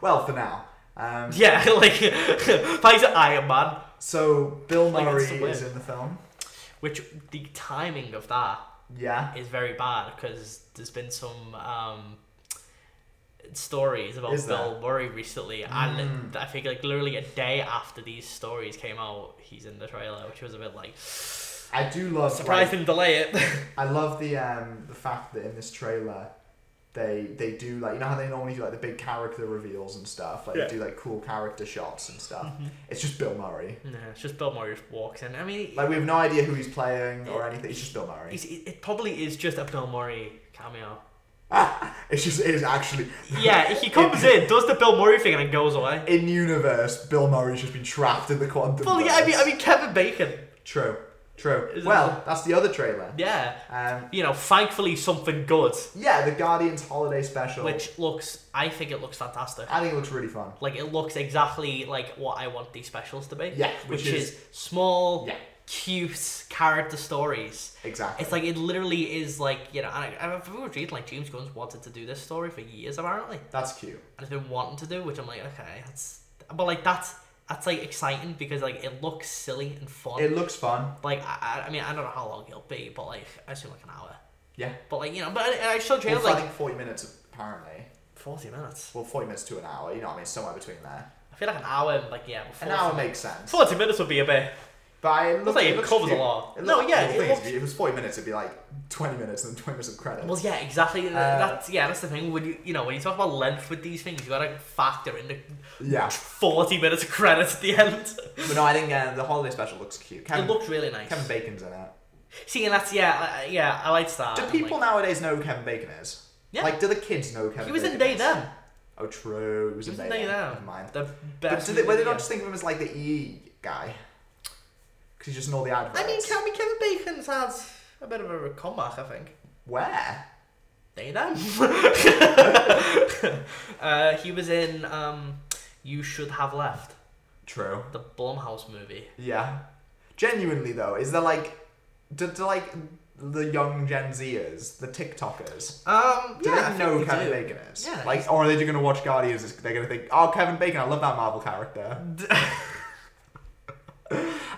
A: Well, for now. Um,
B: Yeah, like if I said Iron Man,
A: so Bill
B: Like,
A: Murray
B: it's so
A: is
B: weird.
A: in the film.
B: which the timing of that
A: Yeah.
B: is very bad because there's been some um, stories about
A: Is Mm.
B: Bill Murray recently, and I think like literally a day after these stories came out, he's in the trailer, which was a bit like
A: I do love.
B: surprise
A: like,
B: didn't delay it.
A: I love the um the fact that in this trailer. They, they do like you know how they normally do like the big character reveals and stuff like
B: Yeah.
A: they do like cool character shots and stuff.
B: Mm-hmm.
A: It's just Bill Murray.
B: No, it's just Bill Murray just walks in. I mean,
A: Like we have no idea who he's playing or anything. It's just Bill Murray.
B: it's, it, it probably is just a Bill Murray cameo.
A: It's just it is actually
B: Yeah, he comes in, does the Bill Murray thing, and then goes away.
A: in universe. Bill Murray's just been trapped in the quantum.
B: Well, yeah, I mean, I
A: verse.
B: mean Kevin Bacon.
A: true, true.
B: Is it-
A: Well, that's the other trailer.
B: Yeah,
A: Um,
B: you know, thankfully something good,
A: yeah, the Guardians Holiday Special.
B: which looks, I think it looks fantastic.
A: I think it looks really fun.
B: Like it looks exactly like what I want these specials to be.
A: Yeah,
B: which,
A: which
B: is,
A: is-
B: small,
A: Yeah.
B: cute character stories.
A: Exactly.
B: It's like it literally is like you know, and I, I've always read like James Gunn's wanted to do this story for years apparently.
A: that's cute.
B: and I've been wanting to do, which I'm like, okay, that's but like that's that's like exciting because like it looks silly and fun.
A: It looks fun.
B: like I, I- I mean, I don't know how long it'll be, but like I assume like an hour.
A: Yeah.
B: But like you know, but I, I showed
A: Well,
B: trailers
A: I
B: like
A: think forty minutes apparently.
B: forty minutes.
A: Well, forty minutes to an hour. You know what I mean? Somewhere between there.
B: I feel like an hour, and, like yeah,
A: An
B: 40,
A: hour makes sense.
B: Forty minutes would be a bit.
A: But I look,
B: like it
A: looks
B: covers a
A: cute.
B: lot.
A: It
B: No,
A: look-
B: yeah,
A: well,
B: it
A: the thing is,
B: looks-
A: if it was forty minutes, it'd be like twenty minutes and then twenty minutes of credits.
B: Well, yeah, exactly.
A: Uh,
B: that's yeah, that's the thing. When you you know when you talk about length with these things, you gotta factor in the
A: yeah.
B: forty minutes of credits at the end.
A: But no, I think uh, the holiday special looks cute. Kevin,
B: it looks really nice.
A: Kevin Bacon's in it.
B: See, and that's yeah, I- I- yeah, I liked that.
A: Do
B: I'm
A: people
B: like-
A: nowadays know who Kevin Bacon is?
B: Yeah.
A: Like, do the kids know who Kevin?
B: He was
A: Bacon
B: in Day
A: is?
B: Them.
A: Oh, true. He was in
B: He was
A: Day
B: in Day
A: Them.
B: Them.
A: Never mind.
B: The
A: But
B: best.
A: do they, well, they
B: movie
A: don't
B: ever.
A: just think of him as like the EE guy? Because he's just in all the adverts.
B: I mean, Kevin, Kevin Bacon's had a bit of a comeback, I think.
A: where?
B: They done. uh, he was in um, You Should Have Left,
A: True.
B: the Blumhouse movie.
A: Yeah. Genuinely though, is there like, do, do like the young Gen Zers, the TikTokers?
B: Um,
A: Do
B: yeah, I
A: they know who
B: think they
A: Kevin
B: do.
A: Bacon is?
B: Yeah,
A: Like, or are they just gonna watch Guardians? They're gonna think, oh, Kevin Bacon, I love that Marvel character.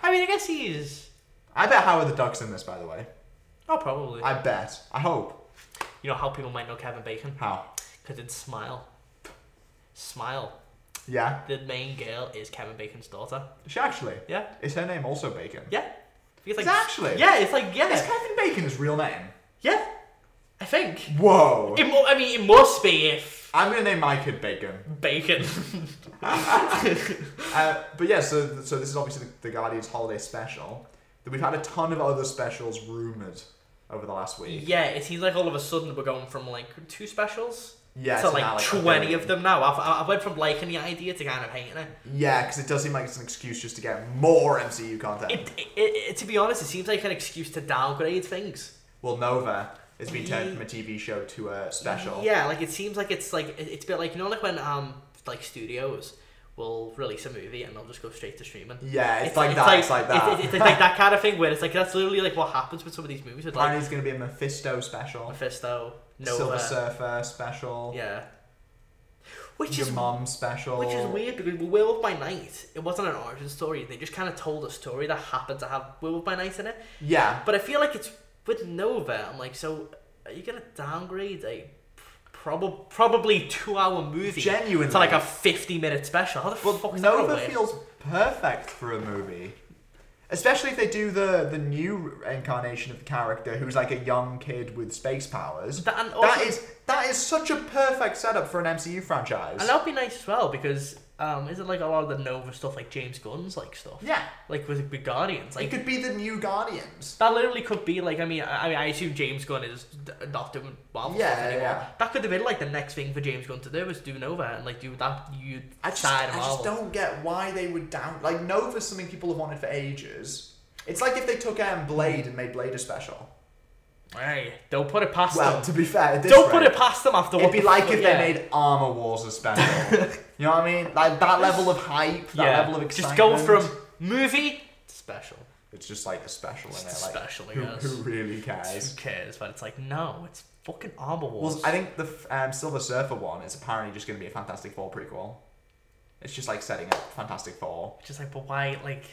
B: I mean, I guess he's.
A: I bet Howard the Duck's in this, by the way.
B: Oh, probably.
A: I bet. I hope.
B: you know how people might know Kevin Bacon?
A: How?
B: Because it's Smile. Smile.
A: Yeah.
B: The main girl is Kevin Bacon's daughter.
A: She actually.
B: Yeah.
A: Is her name also Bacon?
B: Yeah. It's like,
A: actually-
B: Yeah, it's like yeah,
A: Is Kevin Bacon his real name?
B: yeah. I think.
A: Whoa.
B: It, mu- I mean, it must be if
A: I'm gonna name my kid Bacon.
B: Bacon.
A: Uh, but yeah, so so this is obviously the, the Guardians holiday special. That we've had a ton of other specials rumored over the last week.
B: yeah, it seems like all of a sudden we're going from like two specials
A: Yeah,
B: to
A: so now,
B: like
A: like, a
B: twenty
A: billion.
B: of them now. I've, I I went from liking the idea to kind of hating it.
A: Yeah, because it does seem like it's an excuse just to get more MCU content.
B: It, it, it. To be honest, it seems like an excuse to downgrade things.
A: well, Nova has been turned
B: Ye-
A: from a TV show to a special.
B: Yeah, like it seems like it's like it- it's a bit like you know like when um like studios will release a movie and they'll just go straight to streaming.
A: Yeah, it's, like that. it's like that.
B: It's, it's, it's like that kind of thing where it's like that's literally like what happens with some of these movies with
A: Apparently,
B: like
A: it's going to be a Mephisto special,
B: Mephisto,
A: Silver
B: Nova,
A: Surfer special,
B: yeah, which
A: Your
B: is
A: Mom special.
B: which is weird because with Werewolf by Night it wasn't an origin story. They just kind of told a story that happened to have Werewolf by Night in it.
A: Yeah,
B: But I feel like it's with Nova. I'm like, so are you gonna downgrade a probably probably two hour movie
A: Genuinely.
B: to like a fifty minute special? How the fuck is that
A: Nova
B: gonna work?
A: feels perfect for a movie. Especially if they do the, the new incarnation of the character who's like a young kid with space powers.
B: That- and also-
A: that is that is such a perfect setup for an MCU franchise.
B: And that'd be nice as well because um, isn't like a lot of the Nova stuff like James Gunn's like stuff
A: Yeah.
B: like with, with Guardians
A: It
B: like.
A: could be the new Guardians.
B: That literally could be like I mean I, I mean I assume James Gunn is d- not doing Marvel
A: Yeah,
B: stuff anymore.
A: yeah.
B: That could have been like the next thing for James Gunn to do was do Nova and like do that you
A: I just,
B: side
A: I
B: of
A: just
B: Marvel.
A: don't get why they would down like Nova's something people have wanted for ages. It's like if they took um, Blade and made Blade a special.
B: Hey, don't put it past
A: Well,
B: them.
A: to be fair, at this
B: Don't put
A: rate,
B: it past them after
A: It'd
B: what
A: be
B: the
A: like
B: fuck-
A: if
B: yeah.
A: they made Armor Wars a special. you know what I mean? Like that level of hype, that level of
B: Just
A: excitement.
B: go from movie to special.
A: It's just like a special in
B: Just
A: it.
B: a
A: Like,
B: special, I
A: who,
B: guess.
A: who really
B: Who
A: cares?
B: cares? But it's like, no, it's fucking Armor Wars.
A: Well, I think the f- um, Silver Surfer one is apparently just going to be a Fantastic Four prequel. It's just like setting up Fantastic Four.
B: Just like, but why, like,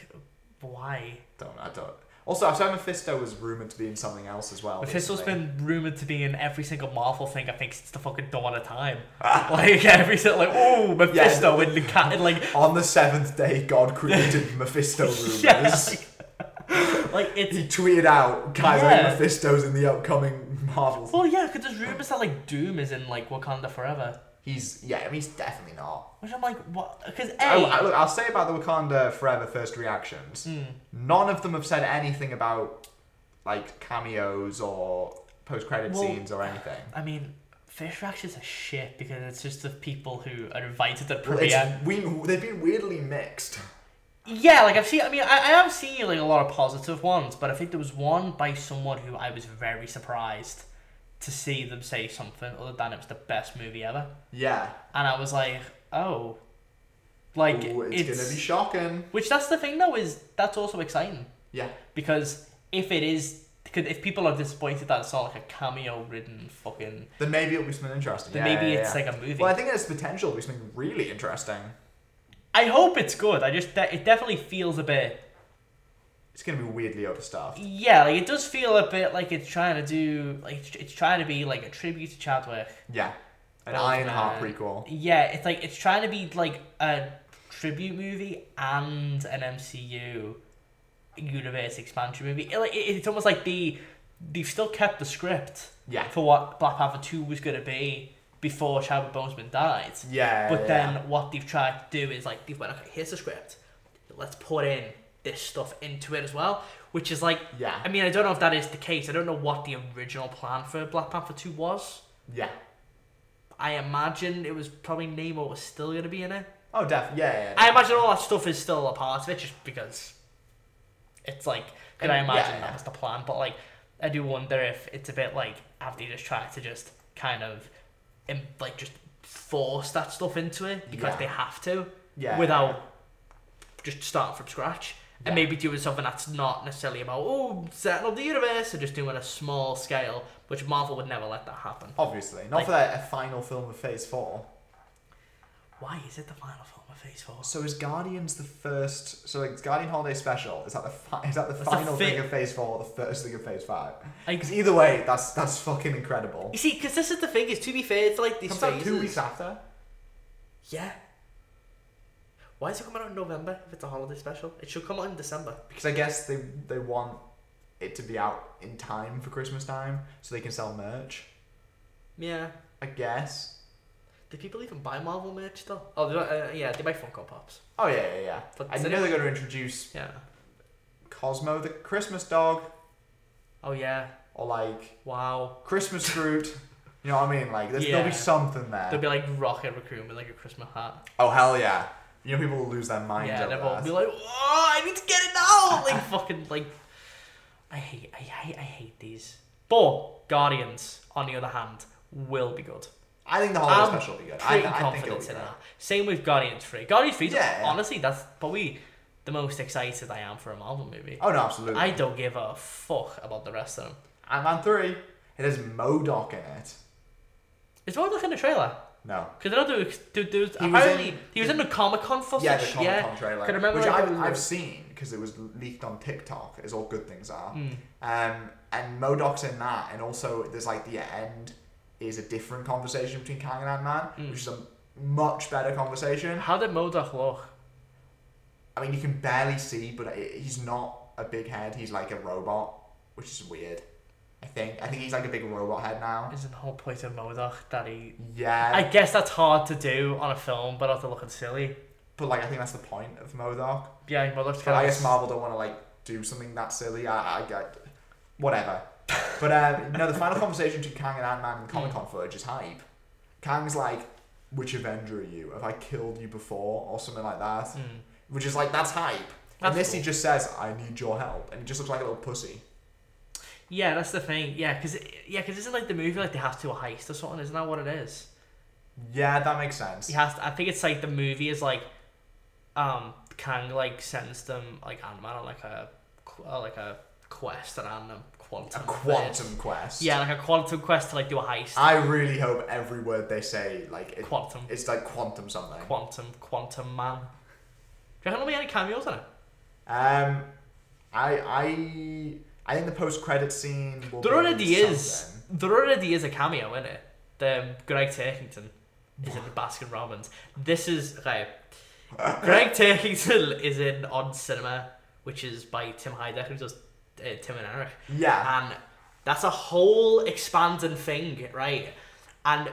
B: why?
A: Don't I don't. Also, I saw Mephisto was rumored to be in something else as well.
B: Mephisto's
A: recently.
B: been rumored to be in every single Marvel thing, I think, since the fucking dawn of time.
A: Ah.
B: like, every single, like, oh, Mephisto and the cat, and like,
A: on the seventh day. God created Mephisto rumors.
B: yeah, like, like, it's.
A: He tweeted out, "Kylo
B: Yeah.
A: Mephisto's in the upcoming Marvel."
B: Well, yeah, because there's rumors that, like, Doom is in, like, Wakanda Forever.
A: He's yeah, I mean, he's definitely not.
B: Which I'm like, what? Because, A.
A: I, Oh, I- look, I'll say about the Wakanda Forever first reactions.
B: Hmm.
A: None of them have said anything about like cameos or post credit
B: Well-
A: scenes or anything.
B: I mean, fish reactions are shit because it's just the people who are invited to the
A: Well, it's-
B: premiere.
A: we they've been weirdly mixed.
B: yeah, like I've seen. I mean, I, I have seen like a lot of positive ones, but I think there was one by someone who I was very surprised to see them say something other than it was the best movie ever,
A: Yeah,
B: and I was like, oh, like
A: Ooh, it's,
B: it's,
A: gonna be shocking.
B: which that's the thing though is that's also exciting
A: Yeah,
B: because if it is. Cause if people are disappointed that it's not like a cameo ridden fucking,
A: then maybe it'll be something interesting.
B: then
A: Yeah,
B: maybe
A: yeah,
B: it's
A: yeah.
B: like a movie.
A: Well, I think it has potential to be something really interesting.
B: I hope it's good. I just it definitely feels a bit
A: It's gonna be weirdly overstuffed.
B: yeah, like it does feel a bit like it's trying to do like it's- it's trying to be like a tribute to Chadwick.
A: Yeah, an
B: Well,
A: Ironheart
B: uh,
A: prequel.
B: Yeah, it's like it's trying to be like a tribute movie and an MCU universe expansion movie. It, like, it- it's almost like the they've still kept the script
A: Yeah,
B: for what Black Panther two was gonna be before Chadwick Boseman died.
A: yeah.
B: But
A: yeah.
B: then what they've tried to do is like they've went okay, here's the script. Let's put in this stuff into it as well, which is like
A: Yeah.
B: I mean I don't know if that is the case. I don't know what the original plan for Black Panther two was.
A: yeah.
B: I imagine it was probably Nemo was still gonna be in it.
A: Oh, definitely. Yeah, yeah. yeah.
B: I imagine all that stuff is still a part of it, just because it's like. Could I
A: Yeah,
B: imagine
A: yeah.
B: that was the plan? But like, I do wonder if it's a bit like have they just tried to just kind of, im- like just force that stuff into it because
A: Yeah.
B: they have to,
A: Yeah,
B: without just starting from scratch. And
A: Yeah.
B: maybe doing something that's not necessarily about oh setting up the universe, or just doing it a small scale, which Marvel would never let that happen.
A: Obviously, not
B: Like-
A: for that a final film of Phase Four.
B: Why is it the final film of Phase Four?
A: So is Guardians the first? So like Guardian Holiday Special is that the fi- is that the
B: That's the
A: final thing
B: fi-
A: of Phase Four, or the first thing of Phase Five?
B: Like,
A: Because either way, that's that's fucking incredible.
B: you see, because this is the thing is to be fair, it's like these
A: Comes out
B: phases.
A: two weeks after.
B: Yeah. Why is it coming out in November if it's a holiday special? It should come out in December.
A: Because I guess they they want it to be out in time for Christmas time, so they can sell merch.
B: Yeah.
A: I guess.
B: Do people even buy Marvel merch though? Oh, they don't, uh, yeah, they buy Funko Pops.
A: Oh yeah, yeah, yeah.
B: But
A: I
B: they
A: know they're going to introduce
B: Yeah.
A: Cosmo the Christmas dog,
B: Oh yeah.
A: or like
B: Wow.
A: Christmas Groot. you know what I mean? Like, there's, there'll
B: Yeah.
A: be something there.
B: They'll be like rocket recruit with like a Christmas hat.
A: oh hell yeah! You know people will lose their minds.
B: yeah,
A: over
B: and
A: that.
B: everyone will be like, "Oh, I need to get it now!" Like fucking like. I hate, I hate, I hate these. But Guardians, on the other hand, will be good.
A: I think the holiday
B: I'm
A: special will be good. I,
B: pretty
A: th- I think
B: confident
A: it'll
B: in
A: be good.
B: that. Same with Guardians 3. Guardians 3, 's-
A: Yeah, yeah.
B: honestly, that's probably the most excited I am for a Marvel movie.
A: Oh no, absolutely.
B: I don't give a fuck about the rest of them.
A: Ant-Man three. It has Modoc in it.
B: Is Modoc in the trailer?
A: No.
B: Because they don't do, do, do
A: He was in-
B: apparently, he was in the Comic Con for
A: Yeah, the
B: such,
A: Comic Con
B: yeah.
A: trailer,
B: Can I remember
A: which
B: like,
A: I've,
B: the-
A: I've seen because it was leaked on TikTok, as all good things are.
B: Mm.
A: Um, and Modoc's in that, and also there's like the end is a different conversation between Kang and Ant Man,
B: Mm.
A: which is a much better conversation.
B: How did Modoc look?
A: I mean, you can barely see, but i he's not a big head. He's like a robot, which is weird. I think. I think he's like a big robot head now.
B: Isn't the whole point of Modoc that he.
A: Yeah,
B: I guess that's hard to do on a film, but after looking silly.
A: but like I think that's the point of Modoc.
B: Yeah, Modoc's
A: But
B: kind
A: I
B: of.
A: guess Marvel don't want to like do something that silly. I, I get whatever. But um, no, the final conversation between Kang and Ant Man in Comic Con
B: Hmm.
A: footage is hype. Kang's like, "Which Avenger are you? Have I killed you before, or something like that?"
B: Mm.
A: Which is like that's hype.
B: That's
A: and this
B: cool.
A: he just says, "I need your help," and he just looks like a little pussy.
B: Yeah, that's the thing. Yeah, because yeah, cause isn't like the movie like they have to do a heist or something? Isn't that what it is?
A: Yeah, that makes sense.
B: He has. To, I think it's like the movie is like, um, Kang like sends them like Ant Man on like a qu- uh, like a quest around them
A: A
B: quantum.
A: quantum
B: quest.
A: quest.
B: Yeah, like a quantum quest to like do a heist.
A: I really hope every word they say, like, it,
B: quantum,
A: it's like quantum something.
B: quantum, quantum man. Do you reckon there'll be any cameos in it?
A: Um, I I I think the post credit scene. Will
B: There
A: be
B: already is.
A: something.
B: There already is a cameo in it. The um, Greg Turkington is in the Baskin Robbins. This is okay. Greg Turkington is in on cinema, which is by Tim Heidecker, who does uh, Tim and Eric.
A: Yeah,
B: and that's a whole expanding thing, right? And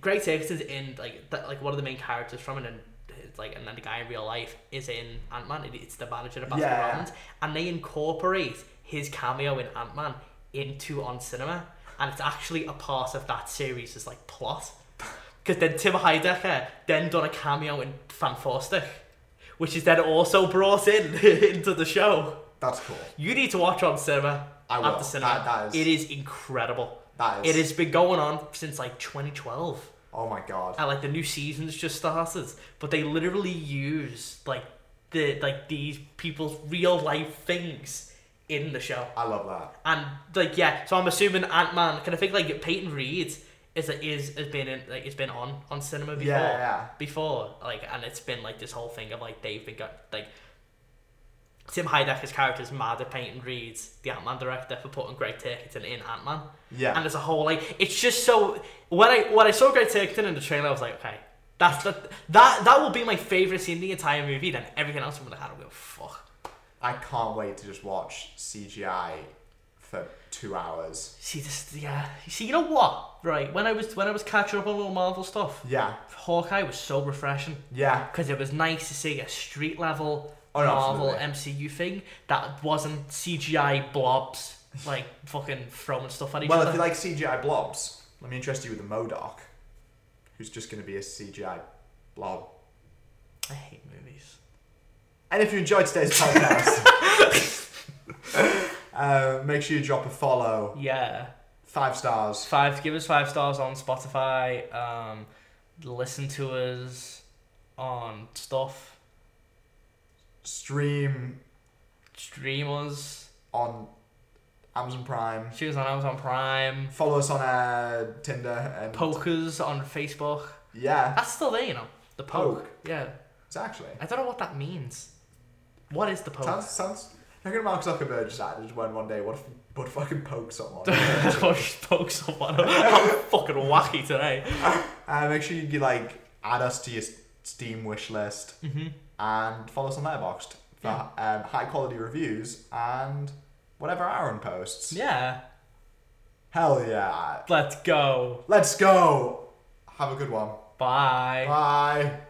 B: Greg Turkington's in like that, like one of the main characters from it, and it's like and then the guy in real life is in Ant Man. It's the manager of Baskin
A: Yeah.
B: Robbins, and they incorporate his cameo in Ant Man into on cinema, and it's actually a part of that series' like plot. Because then Tim Heidecker then done a cameo in Fan Fantastic, which is then also brought in into the show.
A: that's cool.
B: You need to watch on cinema.
A: I will.
B: At the cinema.
A: That- that is-
B: It is incredible.
A: That is.
B: It has been going on since like 2012.
A: Oh my god.
B: And like the new season's just started. But they literally use like the like these people's real life things in the show.
A: I love that.
B: And like yeah, so I'm assuming Ant Man can I think like Peyton Reed is is has been in like it's been on on cinema before
A: Yeah, yeah.
B: before, like, and it's been like this whole thing of like they've been got like Tim Heidecker's character's mad at Peyton Reed's the Ant Man director for putting Greg Turkington in Ant Man,
A: Yeah.
B: and there's a whole like it's just so when I when I saw Greg Turkington in the trailer, I was like, okay, that's that that that will be my favorite scene in the entire movie. Then everything else, I'm like, I don't give a fuck.
A: I can't wait to just watch CGI for two hours.
B: See this, yeah. You See, you know what? Right when I was when I was catching up on all Marvel stuff,
A: Yeah.
B: Hawkeye was so refreshing.
A: Yeah.
B: because it was nice to see a street level
A: Oh, no,
B: Marvel MCU thing that wasn't CGI blobs like fucking throwing stuff at each
A: Well, if
B: other.
A: you like CGI blobs, let me interest you with the Modoc, who's just going to be a CGI blob.
B: I hate movies.
A: And if you enjoyed today's podcast, uh, make sure you drop a follow.
B: Yeah,
A: Five stars.
B: five. Give us five stars on Spotify. Um, listen to us on stuff.
A: Stream
B: Stream us.
A: on Amazon Prime.
B: She was on Amazon Prime.
A: Follow us on uh, Tinder and
B: Pokers on Facebook.
A: yeah,
B: That's still there, you know. The poke.
A: Poke.
B: Yeah.
A: it's actually
B: I don't know what that means. What is the poke?
A: sounds sounds. I reckon Mark Zuckerberg just added one one day. What if but fucking poke someone?
B: I spoke someone. I'm fucking wacky today.
A: uh, make sure you like add us to your Steam wish list,
B: Mm-hmm.
A: and follow us on Letterboxd for um, high quality reviews and whatever Aaron posts.
B: Yeah.
A: Hell yeah!
B: Let's go.
A: Let's go. Have a good one.
B: Bye.
A: Bye.